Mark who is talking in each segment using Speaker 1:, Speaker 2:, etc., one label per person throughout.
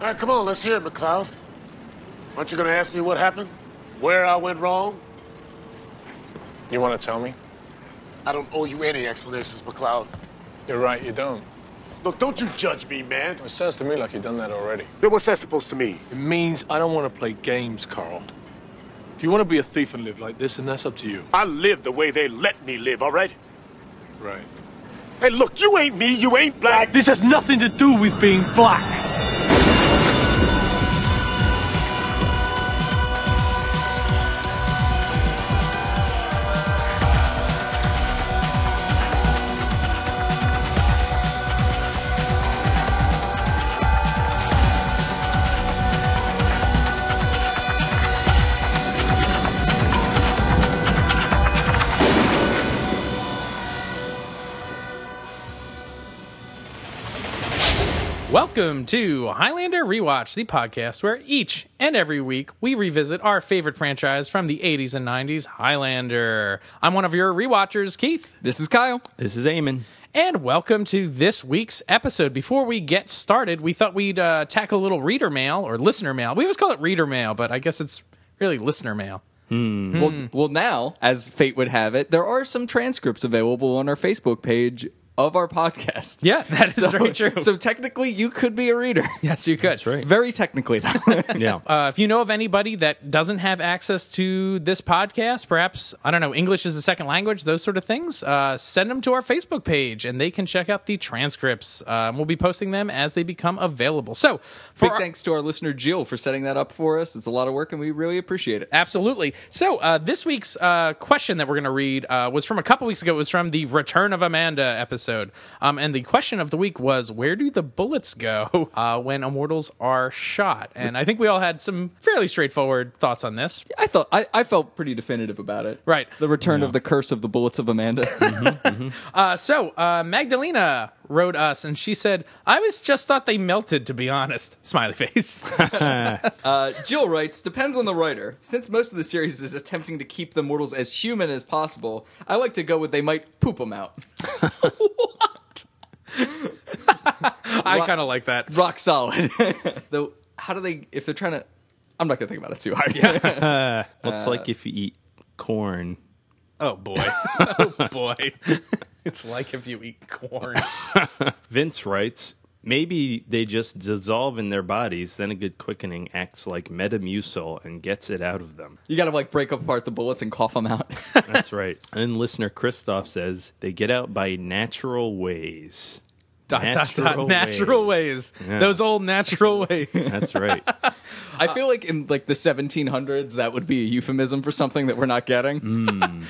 Speaker 1: All right, come on, let's hear it, McCloud. Aren't you going to ask me what happened? Where I went wrong?
Speaker 2: You want to tell me?
Speaker 1: I don't owe you any explanations, McCloud.
Speaker 2: You're right, you don't.
Speaker 1: Look, don't you judge me, man.
Speaker 2: It sounds to me like you've done that already.
Speaker 1: Then what's that supposed to mean?
Speaker 3: It means I don't want to play games, Carl. If you want to be a thief and live like this, then that's up to you.
Speaker 1: I live the way they let me live, all right?
Speaker 3: Right.
Speaker 1: Hey, look, you ain't me, you ain't black.
Speaker 3: This has nothing to do with being black.
Speaker 4: Welcome to Highlander Rewatch, the podcast where each and every week we revisit our favorite franchise from the 80s and 90s, Highlander. I'm one of your rewatchers, Keith.
Speaker 5: This is Kyle.
Speaker 6: This is Eamon.
Speaker 4: And welcome to this week's episode. Before we get started, we thought we'd uh, tackle a little reader mail or listener mail. We always call it reader mail, but I guess it's really listener mail.
Speaker 5: Well, well, now, as fate would have it, there are some transcripts available on our Facebook page of our podcast.
Speaker 4: Yeah, that is very true.
Speaker 5: So technically, you could be a reader.
Speaker 4: yes, you could.
Speaker 6: right.
Speaker 5: Very technically, though.
Speaker 6: Yeah.
Speaker 4: Uh, if you know of anybody that doesn't have access to this podcast, perhaps, I don't know, English is a second language, those sort of things, uh, send them to our Facebook page and they can check out the transcripts. Um, we'll be posting them as they become available. So, for
Speaker 5: Big
Speaker 4: our-
Speaker 5: thanks to our listener Jill for setting that up for us. It's a lot of work, and we really appreciate it.
Speaker 4: Absolutely. So uh, this week's uh, question that we're going to read uh, was from a couple weeks ago. It was from the Return of Amanda episode, um, and the question of the week was, "Where do the bullets go uh, when immortals are shot?" And I think we all had some fairly straightforward thoughts on this.
Speaker 5: I thought I, I felt pretty definitive about it.
Speaker 4: Right.
Speaker 5: The return of the curse of the bullets of Amanda.
Speaker 4: Uh, so uh, Magdalena wrote us, and she said, "I was just thought they melted. To be honest, smiley face."
Speaker 5: Jill writes, depends on the writer. Since most of the series is attempting to keep the mortals as human as possible, I like to go with they might poop them out.
Speaker 4: I kind of like that.
Speaker 5: Rock solid. Though, how do they, if they're trying to, I'm not going to think about it too hard.
Speaker 6: Well, it's like if you eat corn.
Speaker 4: Oh boy, oh boy. It's like if you eat corn.
Speaker 6: Vince writes, maybe they just dissolve in their bodies, then a good quickening acts like Metamucil and gets it out of them.
Speaker 5: You got to like break apart the bullets and cough them out.
Speaker 6: That's right. And listener Christoph says, they get out by natural ways.
Speaker 4: dot, dot, dot,
Speaker 6: Natural
Speaker 4: natural ways.
Speaker 6: Yeah.
Speaker 4: Those old natural ways.
Speaker 6: That's right.
Speaker 5: I feel like in like the 1700s, that would be a euphemism for something that we're not getting.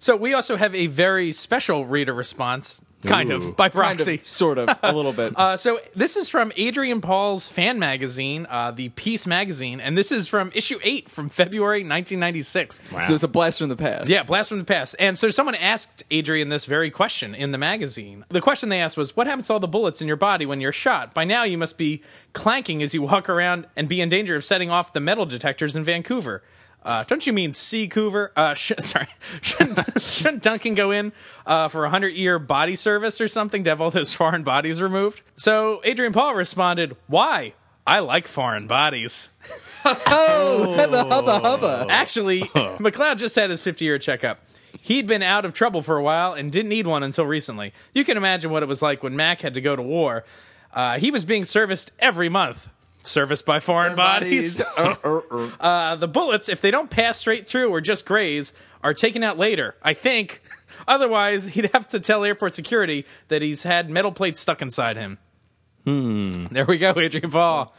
Speaker 4: so we also have a very special reader response, kind
Speaker 6: Ooh.
Speaker 4: of, by
Speaker 5: Kind
Speaker 4: proxy.
Speaker 5: of, sort of, a little bit.
Speaker 4: Uh, so this is from Adrian Paul's fan magazine, uh, the Peace magazine, and this is from issue eight from February 1996.
Speaker 5: so it's a blast from the past.
Speaker 4: Yeah, blast from the past. And so someone asked Adrian this very question in the magazine. The question they asked was, "What happens to all the bullets in your body when you're shot? By now you must be clanking as you walk around and be in danger of setting off the metal detectors in Vancouver." Uh, don't you mean sea Coover? Uh, sh- sorry, shouldn't, shouldn't Duncan go in uh, for a hundred year body service or something to have all those foreign bodies removed? So Adrian Paul responded, "Why? I like foreign bodies."
Speaker 5: Hubba, hubba, hubba.
Speaker 4: Actually, McLeod just had his 50 year checkup. He'd been out of trouble for a while and didn't need one until recently. You can imagine what it was like when Mac had to go to war. Uh, he was being serviced every month. Serviced by foreign bodies.
Speaker 5: Uh, uh, uh.
Speaker 4: Uh, the bullets, if they don't pass straight through or just graze, are taken out later, I think. Otherwise, he'd have to tell airport security that he's had metal plates stuck inside him. Hmm. There we go, Adrian Paul.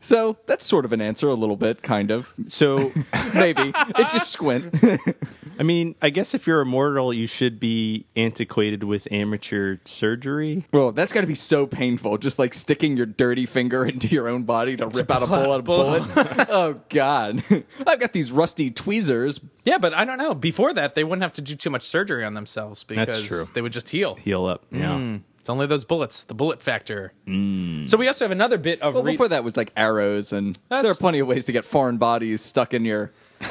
Speaker 5: So that's sort of an answer, a little bit, kind of.
Speaker 6: So,
Speaker 5: Maybe. if you squint.
Speaker 6: I mean, I guess if you're immortal, you should be antiquated with amateur surgery.
Speaker 5: Well, that's got to be so painful. Just like sticking your dirty finger into your own body to rip out a bullet. bullet. oh God, I've got these rusty tweezers.
Speaker 4: Yeah, but I don't know. Before that, they wouldn't have to do too much surgery on themselves
Speaker 6: true.
Speaker 4: because they would just heal.
Speaker 6: Heal up. Yeah.
Speaker 4: It's only those bullets, the bullet factor.
Speaker 6: Mm.
Speaker 4: So we also have another bit of
Speaker 5: Well,
Speaker 4: re-
Speaker 5: before that was like arrows, and
Speaker 4: That's-
Speaker 5: there are plenty of ways to get foreign bodies stuck in your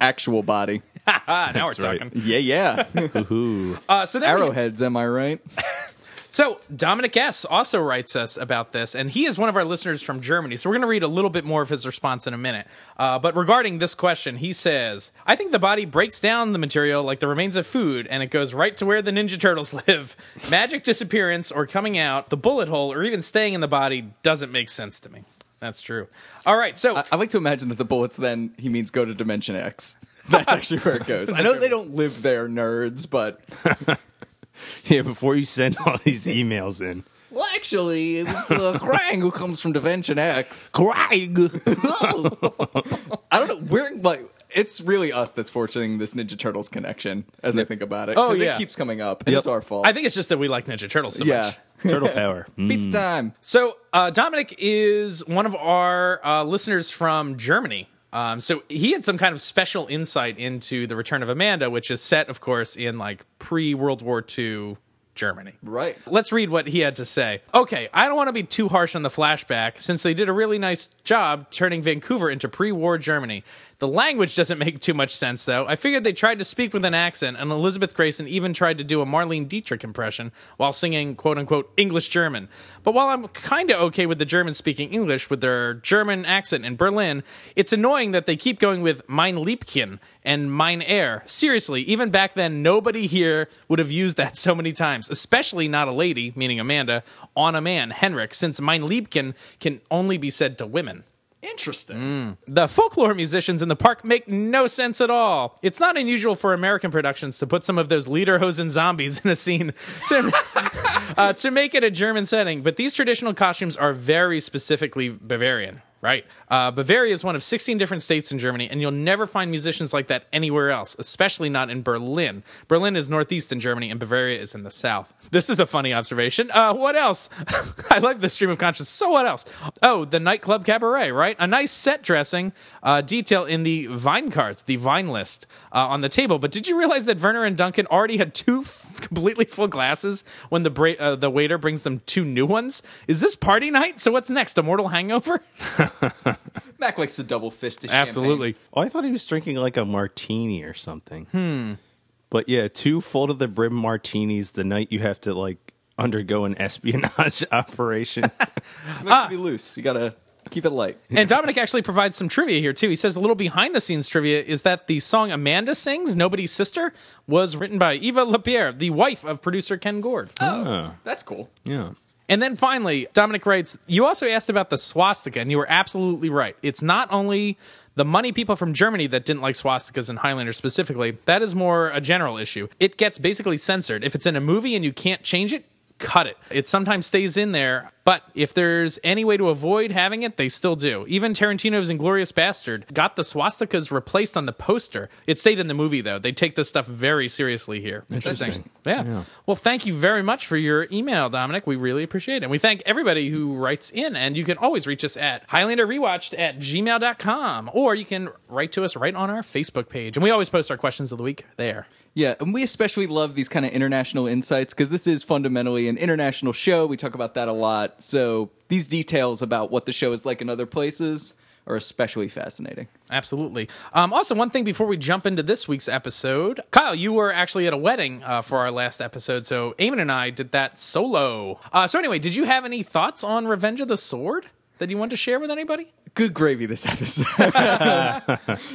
Speaker 5: actual body.
Speaker 4: ah, now we're
Speaker 6: That's right.
Speaker 4: talking.
Speaker 5: Yeah, yeah.
Speaker 6: Ooh.
Speaker 4: Uh, so then we-
Speaker 5: Arrowheads, am I right?
Speaker 4: So Dominic S also writes us about this, and he is one of our listeners from Germany. So we're going to read a little bit more of his response in a minute. Uh, but regarding this question, he says, "I think the body breaks down the material like the remains of food, and it goes right to where the Ninja Turtles live. Magic disappearance or coming out, the bullet hole, or even staying in the body doesn't make sense to me." That's true. All right, so
Speaker 5: I like to imagine that the bullets then he means go to Dimension X. That's actually where it goes. I know they don't live there, nerds, but
Speaker 6: Yeah, before you send all these emails in.
Speaker 5: well, actually, it's uh, Krang who comes from Dimension X.
Speaker 6: Craig!
Speaker 5: I don't know. We're like, it's really us that's forcing this Ninja Turtles connection. As I think about it,
Speaker 4: Oh,
Speaker 5: 'Cause
Speaker 4: yeah.
Speaker 5: it keeps coming up, and it's our fault.
Speaker 4: I think it's just that we like Ninja Turtles so
Speaker 5: yeah, Mm.
Speaker 4: much.
Speaker 6: Turtle power.
Speaker 5: beats time.
Speaker 4: So uh, Dominic is one of our uh, listeners from Germany. Um, so he had some kind of special insight into the Return of Amanda, which is set, of course, in like pre World War II Germany.
Speaker 5: Right.
Speaker 4: Let's read what he had to say. Okay, I don't want to be too harsh on the flashback since they did a really nice job turning Vancouver into pre war Germany. The language doesn't make too much sense, though. I figured they tried to speak with an accent, and Elizabeth Grayson even tried to do a Marlene Dietrich impression while singing quote unquote English German. But while I'm kind of okay with the Germans speaking English with their German accent in Berlin, it's annoying that they keep going with Mein Liebchen and Mein Air. Seriously, even back then, nobody here would have used that so many times, especially not a lady, meaning Amanda, on a man, Henrik, since Mein Liebchen can only be said to women.
Speaker 5: Interesting.
Speaker 4: The folklore musicians in the park make no sense at all. It's not unusual for American productions to put some of those Lederhosen zombies in a scene to, uh, to make it a German setting, but these traditional costumes are very specifically Bavarian. Right. Uh, Bavaria is one of 16 different states in Germany, and you'll never find musicians like that anywhere else, especially not in Berlin. Berlin is northeast in Germany, and Bavaria is in the south. This is a funny observation. Uh, what else? I like the stream of consciousness. So what else? Oh, the nightclub cabaret, right? A nice set dressing uh, detail in the vine cards, the vine list uh, on the table. But did you realize that Werner and Duncan already had two f- completely full glasses when the bra- uh, the waiter brings them two new ones? Is this party night? So what's next? A mortal hangover?
Speaker 5: Mac likes to double fist. his champagne.
Speaker 6: Oh, I thought he was drinking like a martini or something. Hmm. But yeah, two full to the brim martinis the night you have to like undergo an espionage operation.
Speaker 5: It makes you be loose. You gotta keep it light.
Speaker 4: And Dominic actually provides some trivia here too. He says a little behind the scenes trivia is that the song Amanda sings, Nobody's Sister, was written by Eva LaPierre, the wife of producer Ken Gord.
Speaker 5: Oh, that's cool.
Speaker 6: yeah.
Speaker 4: And then finally, Dominic writes, You also asked about the swastika, and you were absolutely right. It's not only the money people from Germany that didn't like swastikas and Highlander specifically, that is more a general issue. It gets basically censored. If it's in a movie and you can't change it, cut it. It sometimes stays in there, but if there's any way to avoid having it, they still do. Even Tarantino's Inglorious Bastard got the swastikas replaced on the poster. It stayed in the movie, though. They take this stuff very seriously here. Interesting. Yeah. Well, thank you very much for your email, Dominic. We really appreciate it. And we thank everybody who writes in. And you can always reach us at HighlanderRewatched at gmail.com or you can write to us right on our Facebook page. And we always post our questions of the week there.
Speaker 5: Yeah, and we especially love these kind of international insights because this is fundamentally an international show. We talk about that a lot. So these details about what the show is like in other places are especially fascinating.
Speaker 4: Absolutely. Um, also, one thing before we jump into this week's episode, Kyle, you were actually at a wedding uh, for our last episode, so Eamon and I did that solo. Uh, so, anyway, did you have any thoughts on Revenge of the Sword that you want to share with anybody?
Speaker 5: Good gravy this episode.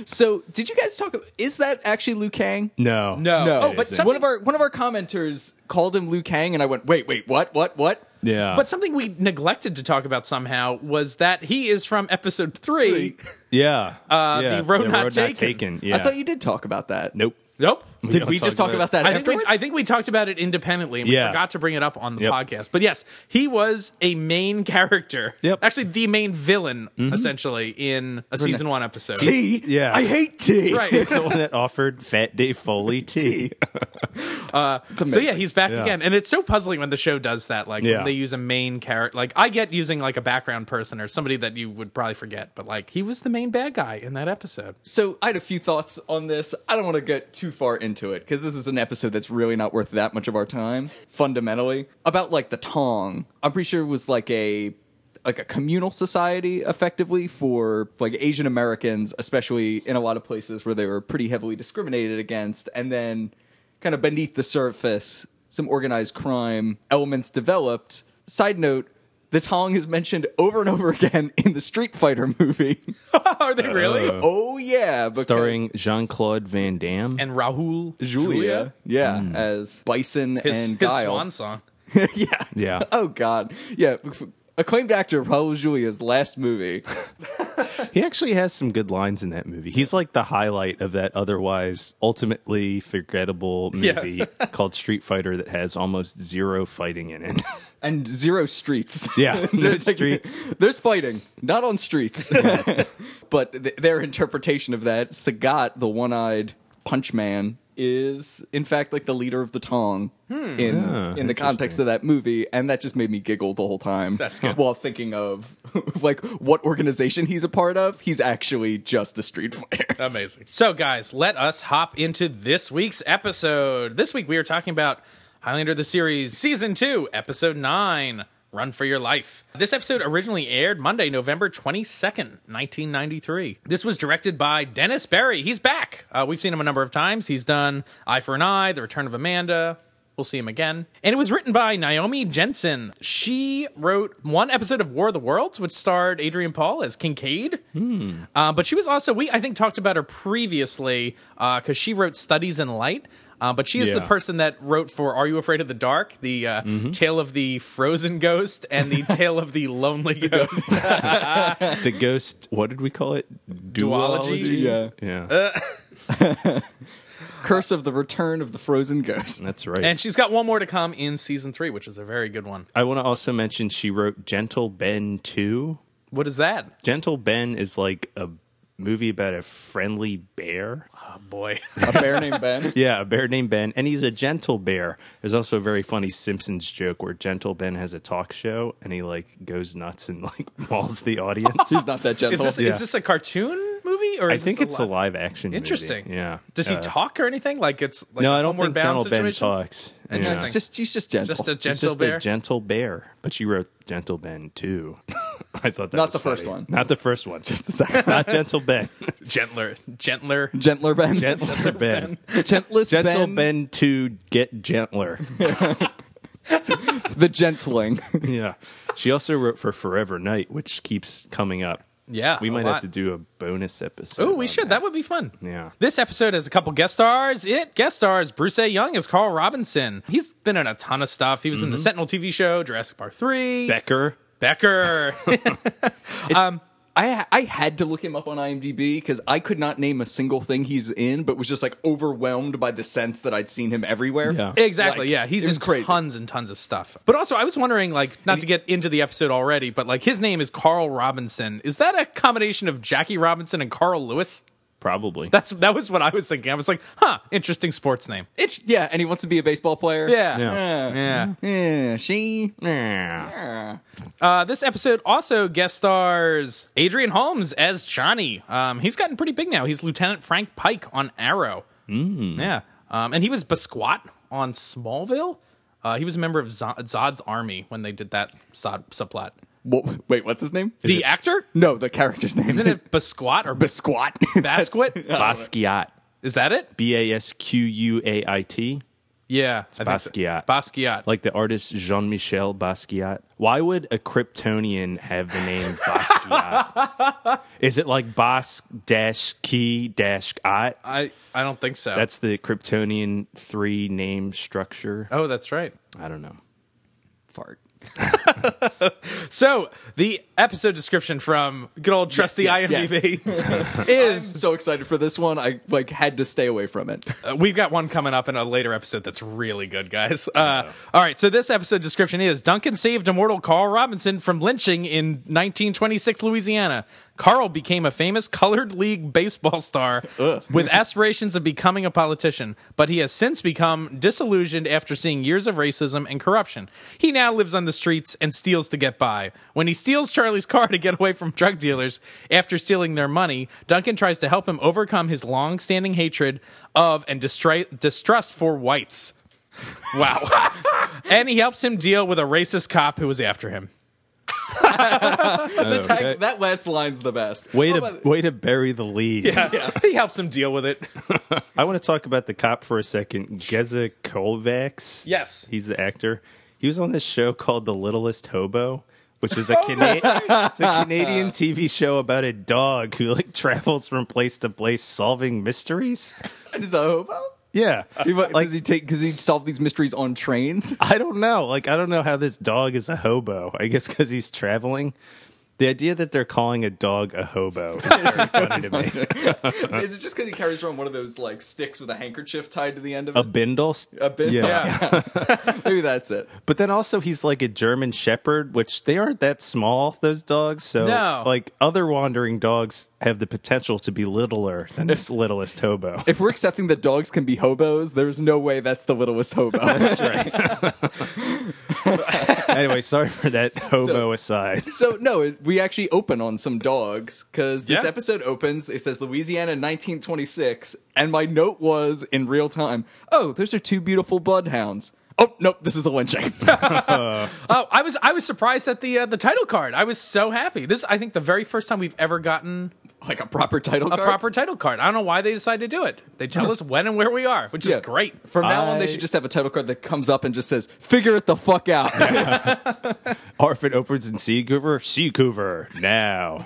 Speaker 5: so, did you guys talk? Is that actually Liu Kang?
Speaker 6: No.
Speaker 5: no.
Speaker 4: Oh, but
Speaker 5: one
Speaker 4: something,
Speaker 5: of our one of our commenters called him Liu Kang, and I went, "Wait, wait, what? What? What?"
Speaker 6: Yeah.
Speaker 4: but something we neglected to talk about somehow was that he is from episode three.
Speaker 6: yeah. Uh,
Speaker 4: the road not taken.
Speaker 6: Yeah.
Speaker 5: I thought you did talk about that.
Speaker 6: nope.
Speaker 4: Nope.
Speaker 5: Did
Speaker 6: don't
Speaker 5: we just
Speaker 6: talk
Speaker 5: talk
Speaker 6: about
Speaker 5: about that?
Speaker 4: I think, we,
Speaker 5: afterwards?
Speaker 4: I think we talked about it independently and we
Speaker 6: Yeah.
Speaker 4: forgot to bring it up on the
Speaker 6: Yep.
Speaker 4: podcast. But yes, he was a main character.
Speaker 6: Yep.
Speaker 4: Actually, the main villain, essentially, in a season one episode.
Speaker 5: tea.
Speaker 6: Yeah.
Speaker 5: I hate tea.
Speaker 4: right.
Speaker 6: the one that offered Fat Dave Foley tea.
Speaker 4: So yeah, he's back
Speaker 6: Yeah.
Speaker 4: again, and it's so puzzling when the show does that. Like
Speaker 6: Yeah.
Speaker 4: when they use a main character. Like I get using like a background person or somebody that you would probably forget, but like he was the main bad guy in that episode.
Speaker 5: So I had a few thoughts on this. I don't want to get too far into it because this is an episode that's really not worth that much of our time. Fundamentally, about like the Tong, I'm pretty sure it was like a like a communal society, effectively for like Asian Americans, especially in a lot of places where they were pretty heavily discriminated against, and then kind of beneath the surface. some organized crime elements developed. Side note, the Tong is mentioned over and over again in the Street Fighter movie.
Speaker 4: Are they really?
Speaker 5: oh yeah, because-
Speaker 6: starring Jean Claude Van Damme.
Speaker 4: and Rahul
Speaker 5: Julia, yeah, as Bison
Speaker 4: his,
Speaker 5: and
Speaker 4: his
Speaker 5: Guile.
Speaker 4: swan song.
Speaker 5: yeah,
Speaker 6: Yeah.
Speaker 5: Oh God, yeah. Acclaimed actor Raul Julia's last movie.
Speaker 6: He actually has some good lines in that movie. He's like the highlight of that otherwise ultimately forgettable
Speaker 4: Yeah.
Speaker 6: movie called Street Fighter that has almost zero fighting in it.
Speaker 5: and zero streets.
Speaker 6: Yeah, no
Speaker 5: There's, like,
Speaker 6: streets.
Speaker 5: there's fighting, not on streets. but th- their interpretation of that, Sagat, the one-eyed punch man, is in fact like the leader of the Tong
Speaker 4: Hmm.
Speaker 5: in
Speaker 6: Ah,
Speaker 5: in the context of that movie, and that just made me giggle the whole time.
Speaker 4: That's good.
Speaker 5: While thinking of like what organization he's a part of, he's actually just a street fighter.
Speaker 4: Amazing. So, guys, let us hop into this week's episode. This week we are talking about Highlander the series, season two, episode nine. Run for your life. This episode originally aired Monday, November 22nd, 1993. This was directed by Dennis Berry. He's back. Uh, we've seen him a number of times. He's done Eye for an Eye, The Return of Amanda. We'll see him again. And it was written by Naomi Jensen. She wrote one episode of War of the Worlds, which starred Adrian Paul as Kincaid. Uh, but she was also we I think talked about her previously because she wrote Studies in Light. Uh, but she is the
Speaker 6: Yeah. Mm-hmm.
Speaker 4: person that wrote for Are You Afraid of the Dark, the uh, Tale of the Frozen Ghost, and the Tale of the Lonely Ghost.
Speaker 6: the ghost, what did we call it?
Speaker 4: Duology? Uh,
Speaker 5: Yeah.
Speaker 6: Yeah.
Speaker 5: Curse of the Return of the Frozen Ghost.
Speaker 6: that's right.
Speaker 4: and she's got one more to come in season three, which is a very good one.
Speaker 6: I want to also mention she wrote Gentle Ben 2.
Speaker 4: What is that?
Speaker 6: Gentle Ben is like a movie about a friendly bear.
Speaker 4: Oh boy,
Speaker 5: a bear named Ben.
Speaker 6: Yeah, a bear named Ben, and he's a gentle bear. There's also a very funny Simpsons joke where Gentle Ben has a talk show and he like goes nuts and like mauls the audience.
Speaker 5: He's not that
Speaker 4: is
Speaker 5: gentle.
Speaker 4: this
Speaker 6: Yeah.
Speaker 4: is this a cartoon movie or
Speaker 6: I
Speaker 4: is this
Speaker 6: think it's a
Speaker 4: li-
Speaker 6: live action. movie.
Speaker 4: Interesting.
Speaker 6: Yeah.
Speaker 4: Does he
Speaker 6: Uh,
Speaker 4: talk or anything? Like it's like
Speaker 6: No,
Speaker 4: a
Speaker 6: I don't
Speaker 4: Homeward
Speaker 6: think
Speaker 4: Bound
Speaker 6: Gentle Ben
Speaker 4: situation?
Speaker 6: talks. Yeah.
Speaker 4: Interesting.
Speaker 5: He's just, he's just gentle.
Speaker 4: Just a
Speaker 6: It's
Speaker 4: gentle
Speaker 6: just
Speaker 4: bear.
Speaker 6: a gentle bear, but you wrote Gentle Ben too. I thought that
Speaker 5: Not
Speaker 6: was
Speaker 5: the first
Speaker 6: funny.
Speaker 5: one.
Speaker 6: Not the first one. Just
Speaker 5: just the second.
Speaker 6: not Gentle Ben.
Speaker 4: gentler, gentler.
Speaker 5: Gentler Ben.
Speaker 6: Gentler Ben.
Speaker 5: Gentlest
Speaker 6: Gentle
Speaker 5: ben,
Speaker 6: Ben to get gentler.
Speaker 5: the gentling.
Speaker 6: Yeah. She also wrote for Forever Night, which keeps coming up.
Speaker 4: Yeah,
Speaker 6: We
Speaker 4: a
Speaker 6: might
Speaker 4: lot.
Speaker 6: have to do a bonus episode.
Speaker 4: Oh,
Speaker 6: on
Speaker 4: we should. That. would be fun.
Speaker 6: Yeah.
Speaker 4: This episode has a couple guest stars. It guest stars Bruce A. Young as Carl Robinson. He's been in a ton of stuff. He was in the Sentinel TV show, Jurassic Park 3,
Speaker 6: Becker.
Speaker 4: Becker.
Speaker 5: I I had to look him up on IMDb because I could not name a single thing he's in, but was just like overwhelmed by the sense that I'd seen him everywhere.
Speaker 6: Yeah.
Speaker 4: exactly.
Speaker 5: Like,
Speaker 4: yeah. He's
Speaker 5: it was
Speaker 4: in
Speaker 5: crazy.
Speaker 4: tons and tons of stuff. But also, I was wondering, like, not to get into the episode already, but like, his name is Carl Robinson. Is that a combination of Jackie Robinson and Carl Lewis?
Speaker 6: Probably.
Speaker 4: That's that was what I was thinking. I was like, huh, interesting sports name.
Speaker 5: It, yeah, and he wants to be a baseball player.
Speaker 4: Yeah.
Speaker 6: Yeah.
Speaker 4: yeah.
Speaker 5: Yeah, she.
Speaker 6: Yeah.
Speaker 5: yeah.
Speaker 4: Uh, this episode also guest stars Adrian Holmes as Johnny. Um, he's gotten pretty big now. He's Lieutenant Frank Pike on Arrow. Mm. Yeah. Um, and he was Basquat on Smallville. Uh, he was a member of Zod- Zod's army when they did that Zod subplot.
Speaker 5: Wha- wait, what's his name?
Speaker 4: the actor?
Speaker 5: no, the character's name
Speaker 4: Isn't it Basquat or
Speaker 5: Basquat?
Speaker 4: Basquit?
Speaker 6: Basquiat.
Speaker 4: Is that it?
Speaker 6: B A S Q U A I T.
Speaker 4: Yeah. It's
Speaker 6: Basquiat.
Speaker 4: Basquiat.
Speaker 6: Like the artist Jean Michel Basquiat. Why would a Kryptonian have the name Basquiat? Is it like Bas dash key dash ot?
Speaker 4: I, I don't think so.
Speaker 6: That's the Kryptonian three name structure.
Speaker 4: oh, that's right.
Speaker 6: I don't know.
Speaker 5: Fart.
Speaker 4: So the episode description from good old trusty
Speaker 5: yes,
Speaker 4: IMDb
Speaker 5: I'm
Speaker 4: is
Speaker 5: so excited for this one. I like had to stay away from it.
Speaker 4: Uh, we've got one coming up in a later episode that's really good, guys. Uh, all right, so this episode description is Duncan saved immortal Carl Robinson from lynching in 1926 Louisiana. Carl became a famous colored league baseball star with aspirations of becoming a politician, but he has since become disillusioned after seeing years of racism and corruption. He now lives on the streets and steals to get by. When he steals Charlie's car to get away from drug dealers after stealing their money, Duncan tries to help him overcome his long-standing hatred of and distri- distrust for whites. Wow. and he helps him deal with a racist cop who was after him.
Speaker 5: The tag-
Speaker 6: Okay.
Speaker 5: that last line's the best.
Speaker 6: Way
Speaker 5: Oh,
Speaker 6: to
Speaker 5: by the-
Speaker 6: way to bury the lead.
Speaker 4: he helps him deal with it.
Speaker 6: I want to talk about the cop for a second. Geza Kovacs.
Speaker 4: Yes.
Speaker 6: He's the actor. He was on this show called The Littlest Hobo, which is a, Cana- it's a Canadian TV show about a dog who like travels from place to place solving mysteries.
Speaker 5: Is that a hobo?
Speaker 6: Yeah.
Speaker 5: He, wa- does he take? Does he solve these mysteries on trains?
Speaker 6: I don't know. Like, I don't know how this dog is a hobo. I guess because he's traveling. The idea that they're calling a dog a hobo is very funny to me.
Speaker 5: Is it just because he carries around one of those like sticks with a handkerchief tied to the end of
Speaker 6: A
Speaker 5: it?
Speaker 6: bindle?
Speaker 5: A bin. Yeah. Maybe that's it.
Speaker 6: But then also he's like a German Shepherd, which they aren't that small, those dogs. So
Speaker 4: No.
Speaker 6: like other wandering dogs have the potential to be littler than this littlest hobo.
Speaker 5: If we're accepting that dogs can be hobos, there's no way that's the littlest hobo.
Speaker 6: anyway, sorry for that hobo aside.
Speaker 5: so no, it- we actually open on some dogs because this
Speaker 4: Yeah.
Speaker 5: episode opens. It says Louisiana, 1926, and my note was in real time. Oh, those are two beautiful bloodhounds. Oh nope, this is a lynching.
Speaker 4: Oh, I was I was surprised at the uh, the title card. I was so happy. This I think the very first time we've ever gotten
Speaker 5: like a proper title.
Speaker 4: a proper title card. I don't know why they decided to do it. They tell us when and where we are, which is great.
Speaker 5: From now on,
Speaker 6: I-
Speaker 5: they should just have a title card that comes up and just says "Figure it the fuck out."
Speaker 6: Or if it opens in Seacouver, Seacouver now.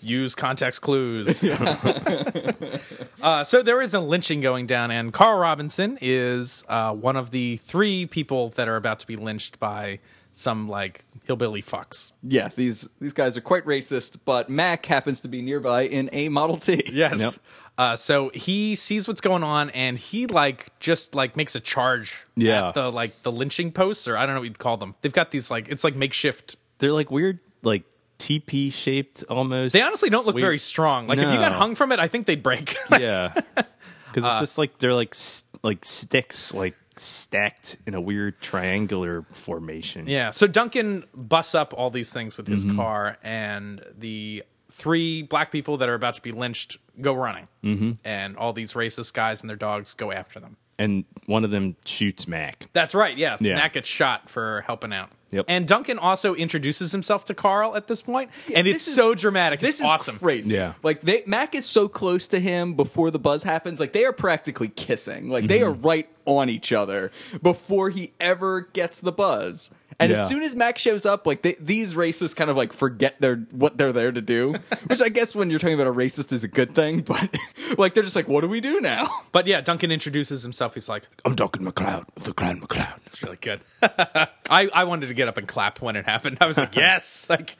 Speaker 4: Use context clues. uh, so there is a lynching going down, and Carl Robinson is uh, one of the three people that are about to be lynched by some like hillbilly fucks.
Speaker 5: yeah, these these guys are quite racist, but Mac happens to be nearby in a Model T.
Speaker 4: Yes. Uh, so he sees what's going on, and he like just like makes a charge.
Speaker 6: Yeah.
Speaker 4: At the like the lynching posts, or I don't know what you'd call them. They've got these like it's like makeshift.
Speaker 6: They're like weird, like TP shaped almost.
Speaker 4: They honestly don't look
Speaker 6: We-
Speaker 4: very strong. Like if you got
Speaker 6: No.
Speaker 4: hung from it, I think they'd break.
Speaker 6: yeah. Because
Speaker 4: Uh,
Speaker 6: it's just like they're like s- like sticks, like stacked in a weird triangular formation.
Speaker 4: Yeah. So Duncan busts up all these things with
Speaker 6: Mm-hmm.
Speaker 4: his car, and the three black people that are about to be lynched go running, mm-hmm. and all these racist guys and their dogs go after them.
Speaker 6: And one of them shoots Mac.
Speaker 4: That's right. Yeah.
Speaker 6: Yeah.
Speaker 4: Matt gets shot for helping out.
Speaker 6: Yep.
Speaker 4: And Duncan also introduces himself to Carl at this point, and
Speaker 5: this
Speaker 4: it's
Speaker 5: is-
Speaker 4: so dramatic. it's
Speaker 5: This is
Speaker 4: awesome.
Speaker 5: crazy.
Speaker 6: Yeah.
Speaker 5: Like they, Mac is so close to him before the buzz happens. Like they are practically kissing. Like
Speaker 6: Mm-hmm.
Speaker 5: they are right on each other before he ever gets the buzz. And
Speaker 6: Yeah.
Speaker 5: as soon as Mac shows up, like they, these racists kind of like forget their what they're there to do, which I guess when you're talking about a racist is a good thing, but like they're just like, what do we do now?
Speaker 4: But yeah, Duncan introduces himself. He's like,
Speaker 6: I'm Duncan McLeod of the Clan McLeod.
Speaker 4: "It's really good." I I wanted to get up and clap when it happened. I was like, "Yes!" Like